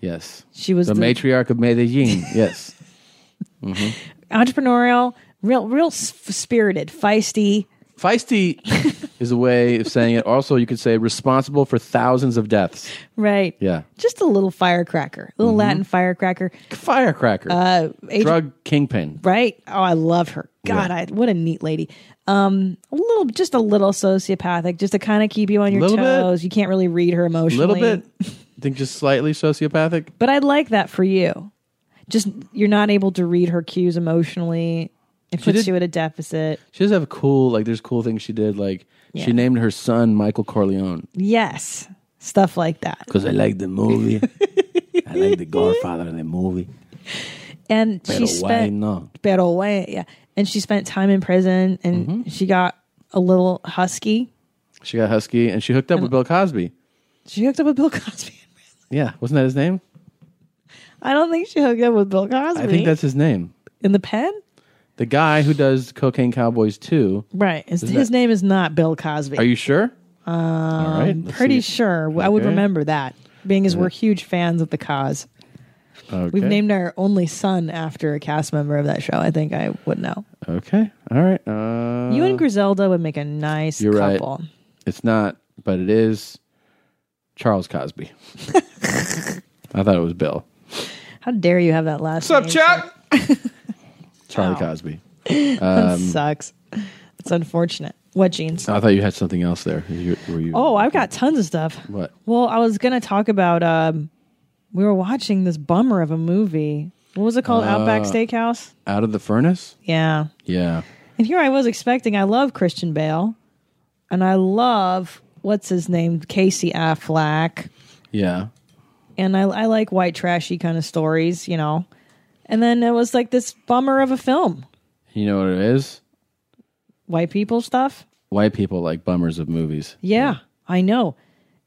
[SPEAKER 4] Yes.
[SPEAKER 5] She was
[SPEAKER 4] the,
[SPEAKER 5] the-
[SPEAKER 4] matriarch of Medellin. yes. hmm
[SPEAKER 5] entrepreneurial, real, real s- spirited, feisty.
[SPEAKER 4] Feisty is a way of saying it. Also, you could say responsible for thousands of deaths.
[SPEAKER 5] Right.
[SPEAKER 4] Yeah. Mm-hmm.
[SPEAKER 5] Just a little firecracker, a little Latin firecracker.
[SPEAKER 4] Firecracker.
[SPEAKER 5] Uh, Adri-
[SPEAKER 4] Drug kingpin.
[SPEAKER 5] Right? Oh, I love her. God, I what a neat lady. Um, a little, just a little sociopathic, just to kind of keep you on your
[SPEAKER 4] Little bit.
[SPEAKER 5] toes. You can't really read her
[SPEAKER 4] A
[SPEAKER 5] emotionally.
[SPEAKER 4] little bit. I think just slightly sociopathic.
[SPEAKER 5] But I'd like that for you. Just you're not able to read her cues emotionally. It
[SPEAKER 4] She
[SPEAKER 5] puts
[SPEAKER 4] did-
[SPEAKER 5] you at a deficit.
[SPEAKER 4] She does have cool, like, there's cool things she did. Like,
[SPEAKER 5] Yeah.
[SPEAKER 4] she named her son Michael Corleone
[SPEAKER 5] Yes, stuff like that.
[SPEAKER 4] because I like the movie. I like the Godfather in the movie.
[SPEAKER 5] And
[SPEAKER 4] Pero
[SPEAKER 5] she
[SPEAKER 4] why
[SPEAKER 5] spent
[SPEAKER 4] no?
[SPEAKER 5] pero
[SPEAKER 4] Mm-hmm.
[SPEAKER 5] why- yeah. And she spent time in prison, and she got a little husky.
[SPEAKER 4] She got husky and she hooked up with Bill Cosby.
[SPEAKER 5] She hooked up with Bill Cosby.
[SPEAKER 4] Yeah, wasn't that his name?
[SPEAKER 5] I don't think she hooked up with Bill Cosby.
[SPEAKER 4] I think that's his name.
[SPEAKER 5] in the pen.
[SPEAKER 4] The guy who does Cocaine Cowboys 2.
[SPEAKER 5] Right. His,
[SPEAKER 4] Isn't
[SPEAKER 5] his
[SPEAKER 4] that-
[SPEAKER 5] name is not Bill Cosby.
[SPEAKER 4] Are you sure?
[SPEAKER 5] Um,
[SPEAKER 4] right,
[SPEAKER 5] I'm
[SPEAKER 4] let's
[SPEAKER 5] pretty
[SPEAKER 4] see.
[SPEAKER 5] sure. I would
[SPEAKER 4] Okay.
[SPEAKER 5] remember that, being as
[SPEAKER 4] Yeah.
[SPEAKER 5] we're huge fans of the cause.
[SPEAKER 4] Okay.
[SPEAKER 5] We've named our only son after a cast member of that show. I think I would know.
[SPEAKER 4] Okay. All right. Uh,
[SPEAKER 5] you and Griselda would make a nice
[SPEAKER 4] You're
[SPEAKER 5] couple.
[SPEAKER 4] right. It's not, but it is Charles Cosby. I thought it was Bill.
[SPEAKER 5] How dare you have that last name?
[SPEAKER 4] Chuck? Charlie Cosby.
[SPEAKER 5] that
[SPEAKER 4] Um,
[SPEAKER 5] sucks. It's unfortunate. What jeans?
[SPEAKER 4] I thought you had something else there. You- were you?
[SPEAKER 5] Oh, I've got tons of stuff.
[SPEAKER 4] What?
[SPEAKER 5] Well, I was going to talk about um, we were watching this bummer of a movie. What was it called? Outback
[SPEAKER 4] Uh,
[SPEAKER 5] Steakhouse?
[SPEAKER 4] Out of the furnace?
[SPEAKER 5] Yeah.
[SPEAKER 4] Yeah.
[SPEAKER 5] And here I was expecting, I love Christian Bale and I love, what's his name? Casey Affleck.
[SPEAKER 4] Yeah.
[SPEAKER 5] And I, I like white trashy kind of stories, you know. And then it was like this bummer of a film,
[SPEAKER 4] You know what it is?
[SPEAKER 5] white people stuff.
[SPEAKER 4] White people like bummers of movies.
[SPEAKER 5] Yeah, I know.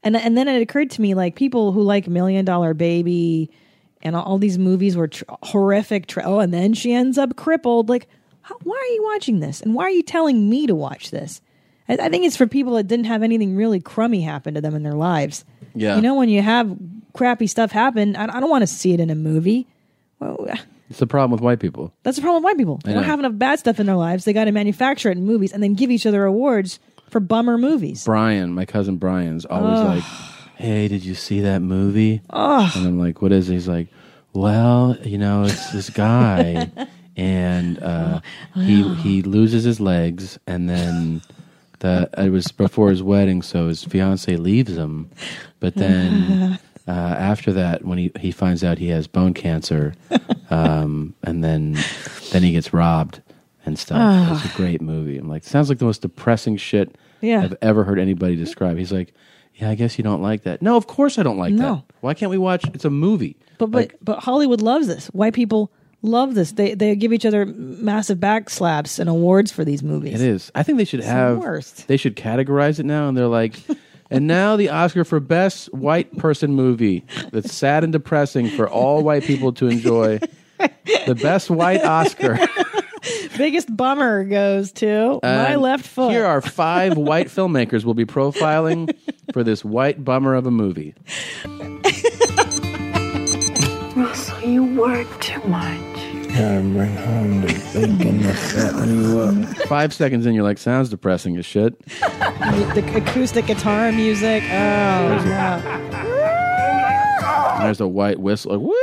[SPEAKER 5] And and then it occurred to me like people who like Million Dollar Baby and all, all these movies were tr- horrific. Tra- oh, and then she ends up crippled. Like, how, why are you watching this? And why are you telling me to watch this? I, I think it's for people that didn't have anything really crummy happen to them in their lives.
[SPEAKER 4] Yeah.
[SPEAKER 5] You know, when you have crappy stuff happen, I, I don't want to see it in a movie. Well,
[SPEAKER 4] It's the problem with white people.
[SPEAKER 5] that's the problem with white people. They
[SPEAKER 4] I
[SPEAKER 5] don't
[SPEAKER 4] know.
[SPEAKER 5] have enough bad stuff in their lives. They got to manufacture it in movies and then give each other awards for bummer movies.
[SPEAKER 4] Brian, my cousin Brian's always
[SPEAKER 5] Ugh.
[SPEAKER 4] like, "Hey, did you see that movie?"
[SPEAKER 5] Ugh.
[SPEAKER 4] And I'm like, "What is?" it?" He's like, "Well, you know, it's this guy, and uh,
[SPEAKER 5] Oh,
[SPEAKER 4] he he loses his legs, and then the it was before his wedding, so his fiance leaves him, but then." Uh, after that, when he, he finds out he has bone cancer, um, and then then he gets robbed and stuff.
[SPEAKER 5] Ugh.
[SPEAKER 4] It's a great movie. I'm like, sounds like the most depressing shit
[SPEAKER 5] Yeah.
[SPEAKER 4] I've ever heard anybody describe. He's like, yeah, I guess you don't like that. No, of course I don't like
[SPEAKER 5] No.
[SPEAKER 4] that. Why can't we watch? It's a movie.
[SPEAKER 5] But but but Hollywood loves this. White people love this. They they give each other massive back slaps and awards for these movies.
[SPEAKER 4] It is. I think they should
[SPEAKER 5] It's the
[SPEAKER 4] have.
[SPEAKER 5] worst.
[SPEAKER 4] They should categorize it now, and they're like, and now the Oscar for best white person movie that's sad and depressing for all white people to enjoy. The best white Oscar.
[SPEAKER 5] Biggest bummer goes to my
[SPEAKER 4] And
[SPEAKER 5] left foot.
[SPEAKER 4] Here are five white filmmakers we'll be profiling for this white bummer of a movie.
[SPEAKER 1] Russell, you work too much.
[SPEAKER 4] Gotta bring home the bacon to fatten you up. Five seconds in, you're like, sounds depressing as shit.
[SPEAKER 5] the acoustic guitar music. Oh no.
[SPEAKER 4] And there's a white whistle. Like, "Woo!"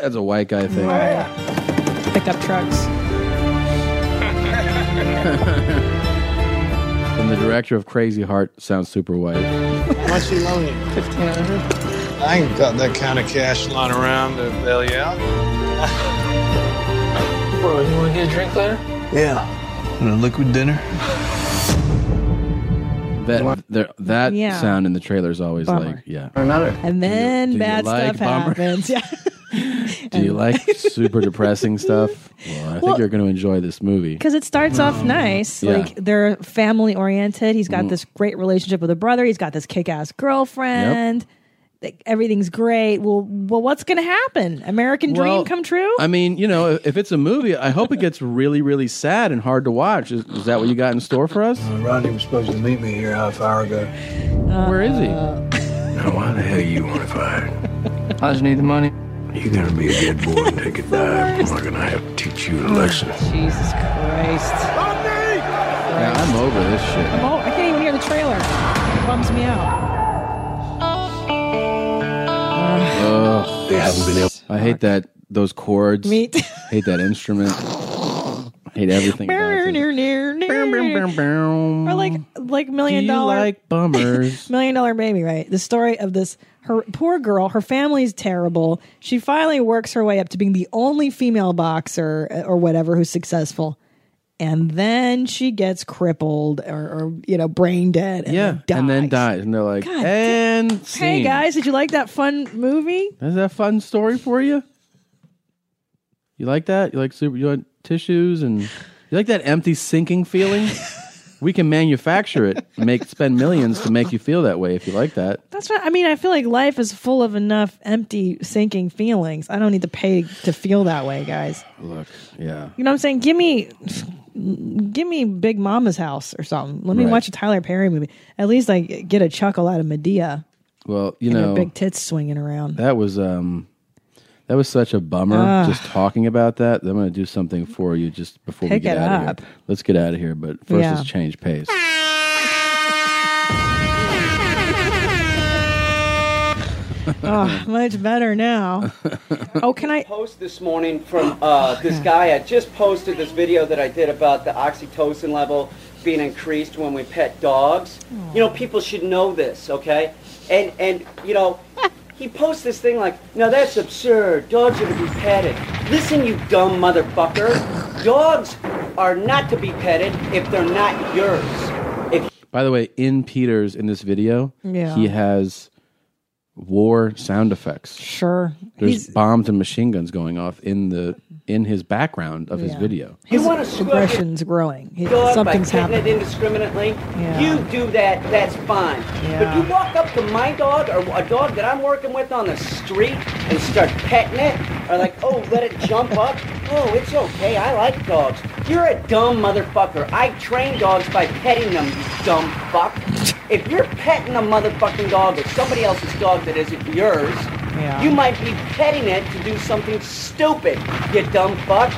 [SPEAKER 4] That's a white guy thing.
[SPEAKER 5] Pickup trucks.
[SPEAKER 4] From the director of Crazy Heart, sounds super white.
[SPEAKER 2] How much you loaning? Fifteen hundred. I ain't got that kind of cash lying around to bail you out. Bro, you want to get a drink later? Yeah. Want a liquid dinner?
[SPEAKER 4] That there, that
[SPEAKER 5] Yeah.
[SPEAKER 4] sound in the trailer is always
[SPEAKER 5] Bummer.
[SPEAKER 4] like, yeah.
[SPEAKER 2] Another.
[SPEAKER 5] And then
[SPEAKER 4] do you
[SPEAKER 5] bad
[SPEAKER 4] like
[SPEAKER 5] stuff
[SPEAKER 4] bummer?
[SPEAKER 5] happens. Yeah.
[SPEAKER 4] Do you like super depressing stuff? Well, I think
[SPEAKER 5] Well-
[SPEAKER 4] you're going to enjoy this movie.
[SPEAKER 5] Because it starts off nice.
[SPEAKER 4] Yeah.
[SPEAKER 5] Like they're family oriented. He's got
[SPEAKER 4] Mhm.
[SPEAKER 5] this great relationship with a brother. He's got this kick ass girlfriend. Like, everything's great. Well, well, what's going to happen? American
[SPEAKER 4] Well,
[SPEAKER 5] dream come true?
[SPEAKER 4] I mean, you know, if it's a movie, I hope it gets really, really sad and hard to watch. Is, is that what you got in store for us?
[SPEAKER 2] Uh, Rodney was supposed to meet me here half hour ago.
[SPEAKER 4] Where is he?
[SPEAKER 2] Now, why the hell you want it fired? Uh, I just need the money. You're gonna be a good boy and take a dive. We're gonna have to teach you a lesson.
[SPEAKER 5] Jesus Christ.
[SPEAKER 4] Yeah, I'm over this shit.
[SPEAKER 5] Oh, I can't even hear the trailer. It bums me out.
[SPEAKER 4] Ugh.
[SPEAKER 2] They haven't been able-
[SPEAKER 4] I hate that those chords.
[SPEAKER 5] Me too.
[SPEAKER 4] hate that instrument. hate everything. About it.
[SPEAKER 5] Near, near, near. Or like, like million
[SPEAKER 4] Do you
[SPEAKER 5] dollar.
[SPEAKER 4] like bummers?
[SPEAKER 5] Million Dollar Baby, right? The story of this her poor girl, her family's terrible. She finally works her way up to being the only female boxer uh, or whatever who's successful. And then she gets crippled or, or you know, brain dead. And
[SPEAKER 4] yeah, and then dies, and they're like,
[SPEAKER 5] God,
[SPEAKER 4] and
[SPEAKER 5] Hey
[SPEAKER 4] scene.
[SPEAKER 5] guys, did you like that fun movie?
[SPEAKER 4] is that a fun story for you? You like that? You like super? You like tissues and you like that empty sinking feeling? We can manufacture it, make spend millions to make you feel that way if you like that.
[SPEAKER 5] That's right. I mean, I feel like life is full of enough empty, sinking feelings. I don't need to pay to feel that way, guys.
[SPEAKER 4] Look, yeah.
[SPEAKER 5] You know what I'm saying? Give me, give me Big Mama's house or something. Let me
[SPEAKER 4] Right.
[SPEAKER 5] watch a Tyler Perry movie. At least I get a chuckle out of Medea.
[SPEAKER 4] Well, you
[SPEAKER 5] and her
[SPEAKER 4] know,
[SPEAKER 5] big tits swinging around.
[SPEAKER 4] that was um that was such a bummer
[SPEAKER 5] Ah.
[SPEAKER 4] just talking about that. I'm going to do something for you just before we
[SPEAKER 5] Pick
[SPEAKER 4] get
[SPEAKER 5] it
[SPEAKER 4] out
[SPEAKER 5] up.
[SPEAKER 4] of here. Let's get out of here, but first
[SPEAKER 5] Yeah.
[SPEAKER 4] let's change pace.
[SPEAKER 5] oh, much better now. Oh, can I
[SPEAKER 28] post this morning from uh, this guy? I just posted this video that I did about the oxytocin level being increased when we pet dogs. You know, people should know this, okay? And and you know, he posts this thing like, "No, that's absurd. Dogs are to be petted." Listen, you dumb motherfucker. Dogs are not to be petted if they're not yours. If
[SPEAKER 4] By the way, in Peter's in this video,
[SPEAKER 28] Yeah.
[SPEAKER 4] he has war sound effects.
[SPEAKER 5] Sure.
[SPEAKER 4] There's
[SPEAKER 5] He's-
[SPEAKER 4] bombs and machine guns going off in the in his background of his
[SPEAKER 5] Yeah.
[SPEAKER 4] video.
[SPEAKER 28] you
[SPEAKER 5] His
[SPEAKER 28] want to
[SPEAKER 5] aggression's growing. He-
[SPEAKER 28] dog
[SPEAKER 5] something's
[SPEAKER 28] by petting
[SPEAKER 5] happening.
[SPEAKER 28] it indiscriminately,
[SPEAKER 5] Yeah.
[SPEAKER 28] you do that, that's fine. But you walk up to my dog or a dog that I'm working with on the street and start petting it, or like, oh, let it jump up. Oh, it's okay. I like dogs. You're a dumb motherfucker. I train dogs by petting them, you dumb fuck. If you're petting a motherfucking dog or somebody else's dog that isn't yours,
[SPEAKER 5] Yeah.
[SPEAKER 28] you might be petting it to do something stupid, you dumb fuck.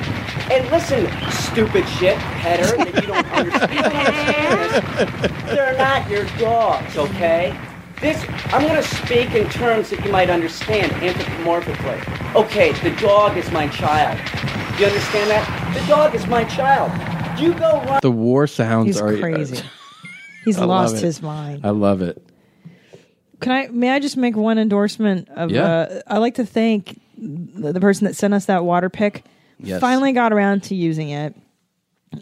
[SPEAKER 28] And listen, stupid shit, petter, if you don't understand this, they're not your dogs, okay? This, I'm gonna speak in terms that you might understand anthropomorphically. Okay, the dog is my child. You understand that? The dog is my child. You go run.
[SPEAKER 4] The war sounds
[SPEAKER 5] He's
[SPEAKER 4] are
[SPEAKER 5] crazy. He's
[SPEAKER 4] I love
[SPEAKER 5] lost
[SPEAKER 4] it.
[SPEAKER 5] his mind.
[SPEAKER 4] I love it.
[SPEAKER 5] Can I? May I just make one endorsement of?
[SPEAKER 4] Yeah.
[SPEAKER 5] Uh, I like to thank the, the person that sent us that water pick.
[SPEAKER 1] Yes.
[SPEAKER 5] Finally got around to using it.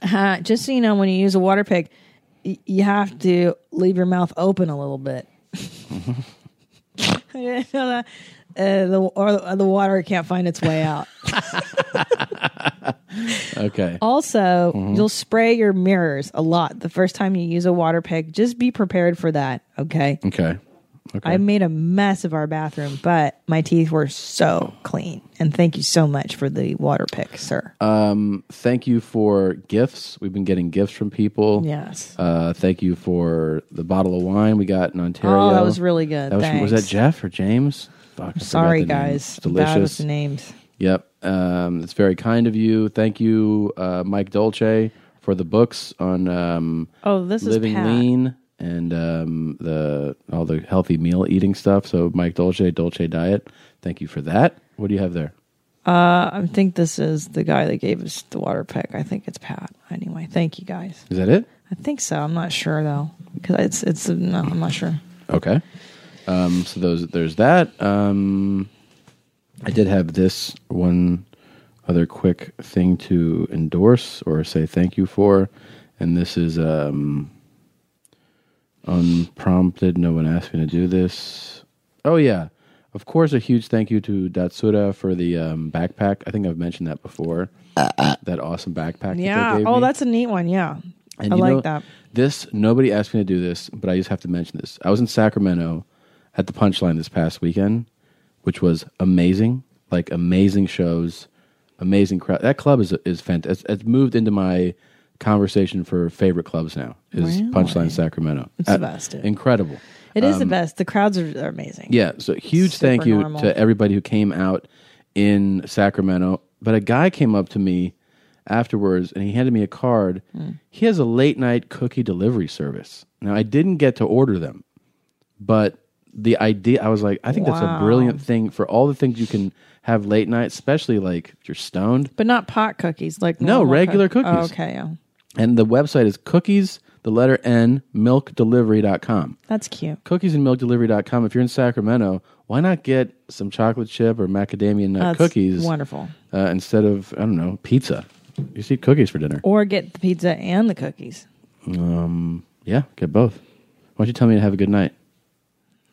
[SPEAKER 5] Uh, just so you know, when you use a water pick, y- you have to leave your mouth open a little bit. I didn't know that. Uh, the or the- the water can't find its way out.
[SPEAKER 4] Okay.
[SPEAKER 5] Also,
[SPEAKER 4] Mhm.
[SPEAKER 5] you'll spray your mirrors a lot the first time you use a water pick. Just be prepared for that, okay?
[SPEAKER 4] Okay. Okay.
[SPEAKER 5] I made a mess of our bathroom, but my teeth were so clean. And thank you so much for the water pick, sir.
[SPEAKER 4] Um, thank you for gifts. We've been getting gifts from people.
[SPEAKER 5] Yes.
[SPEAKER 4] Uh, thank you for the bottle of wine we got in Ontario.
[SPEAKER 5] Oh, that was really good.
[SPEAKER 4] That was, from- was that
[SPEAKER 5] Thanks.
[SPEAKER 4] Jeff or James? Fuck, I forgot
[SPEAKER 5] Sorry,
[SPEAKER 4] the name.
[SPEAKER 5] guys.
[SPEAKER 4] It's delicious.
[SPEAKER 5] Bad with the names.
[SPEAKER 4] Yep. Um, it's very kind of you. Thank you, uh, Mike Dolce, for the books on um,
[SPEAKER 5] Oh, this is
[SPEAKER 4] Living
[SPEAKER 5] Pat.
[SPEAKER 4] Lean and um, the all the healthy meal eating stuff. So, Mike Dolce, Dolce Diet. Thank you for that. What do you have there?
[SPEAKER 5] Uh, I think this is the guy that gave us the water pick. I think it's Pat. Anyway, thank you guys.
[SPEAKER 4] Is that it?
[SPEAKER 5] I think so. I'm not sure though, because it's it's no, I'm not sure.
[SPEAKER 4] Okay. Um, so those there's that. Um, I did have this one other quick thing to endorse or say thank you for, and this is um, unprompted. No one asked me to do this. Oh yeah, of course. A huge thank you to Datsura for the um, backpack. I think I've mentioned that before. that awesome backpack. That they
[SPEAKER 5] Uh, Yeah.
[SPEAKER 4] gave
[SPEAKER 5] Oh,
[SPEAKER 4] me.
[SPEAKER 5] that's a neat one. Yeah.
[SPEAKER 4] And
[SPEAKER 5] I
[SPEAKER 4] you
[SPEAKER 5] like
[SPEAKER 4] know,
[SPEAKER 5] that.
[SPEAKER 4] This nobody asked me to do this, but I just have to mention this. I was in Sacramento at the Punchline this past weekend, which was amazing. Like amazing shows, amazing crowd. That club is is fantastic. It's, it's moved into my conversation for favorite clubs now. Is
[SPEAKER 5] Really?
[SPEAKER 4] Punchline Sacramento? Uh,
[SPEAKER 5] It's the best, dude.
[SPEAKER 4] Incredible.
[SPEAKER 5] It is the
[SPEAKER 4] Um,
[SPEAKER 5] best. The crowds are, are amazing.
[SPEAKER 4] yeah, so huge
[SPEAKER 5] Super
[SPEAKER 4] thank you
[SPEAKER 5] normal.
[SPEAKER 4] to everybody who came out in Sacramento. But a guy came up to me afterwards and he handed me a card.
[SPEAKER 5] Hmm.
[SPEAKER 4] He has a late night cookie delivery service. Now I didn't get to order them, but the idea I was like, I think
[SPEAKER 5] Wow.
[SPEAKER 4] that's a brilliant thing for all the things you can have late night, especially like if you're stoned.
[SPEAKER 5] But not pot cookies, like
[SPEAKER 4] No,
[SPEAKER 5] normal
[SPEAKER 4] regular
[SPEAKER 5] cook-
[SPEAKER 4] cookies.
[SPEAKER 5] Oh, okay, yeah.
[SPEAKER 4] And the website is cookies, the letter N, milkdelivery.com.
[SPEAKER 5] that's cute.
[SPEAKER 4] cookiesandmilkdelivery.com. If you're in Sacramento, why not get some chocolate chip or macadamia nut
[SPEAKER 5] That's
[SPEAKER 4] cookies?
[SPEAKER 5] wonderful.
[SPEAKER 4] Uh, instead of, I don't know, pizza. You see cookies for dinner.
[SPEAKER 5] Or get the pizza and the cookies.
[SPEAKER 4] Um, yeah, get both. Why don't you tell me to have a good night?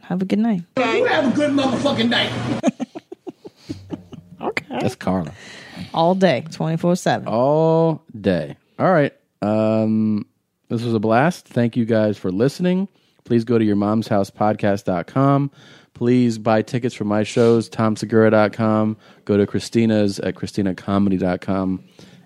[SPEAKER 5] Have a good night.
[SPEAKER 1] You have a good motherfucking night.
[SPEAKER 4] That's Carla. Oh.
[SPEAKER 5] All day, twenty four seven.
[SPEAKER 4] All day. All right. Um, This was a blast. Thank you guys for listening. Please go to your mom's house podcast.com. Please buy tickets for my shows, tomsegura.com. Go to Christina's at christinacomedy.com.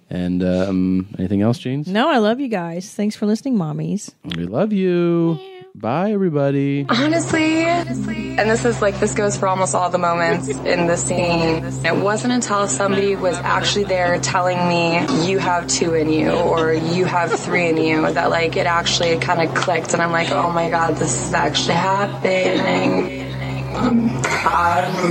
[SPEAKER 4] And um, anything else, Jeans?
[SPEAKER 5] No, I love you guys. Thanks for listening, mommies.
[SPEAKER 4] We love you. Bye, everybody.
[SPEAKER 29] Honestly, and this is like this goes for almost all the moments in the scene. It wasn't until somebody was actually there telling me you have two in you or you have three in you that like it actually kind of clicked, and I'm like, oh my god, this is actually happening. I'm proud of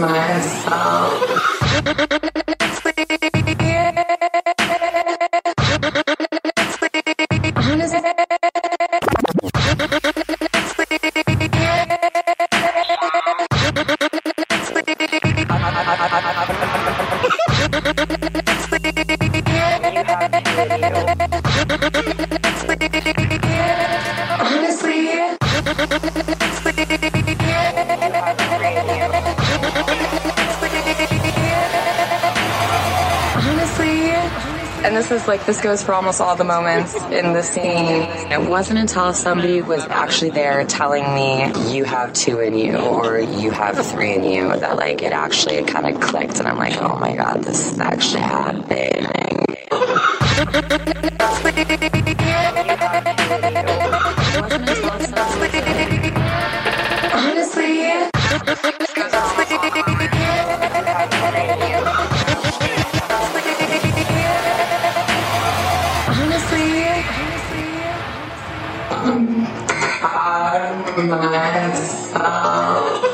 [SPEAKER 29] Honestly, and this is like this goes for almost all the moments in the scene. It wasn't until somebody was actually there telling me you have two in you or you have three in you that like it actually kind of clicked, and I'm like, oh my god, this is actually happening. Honestly, I'm proud of myself.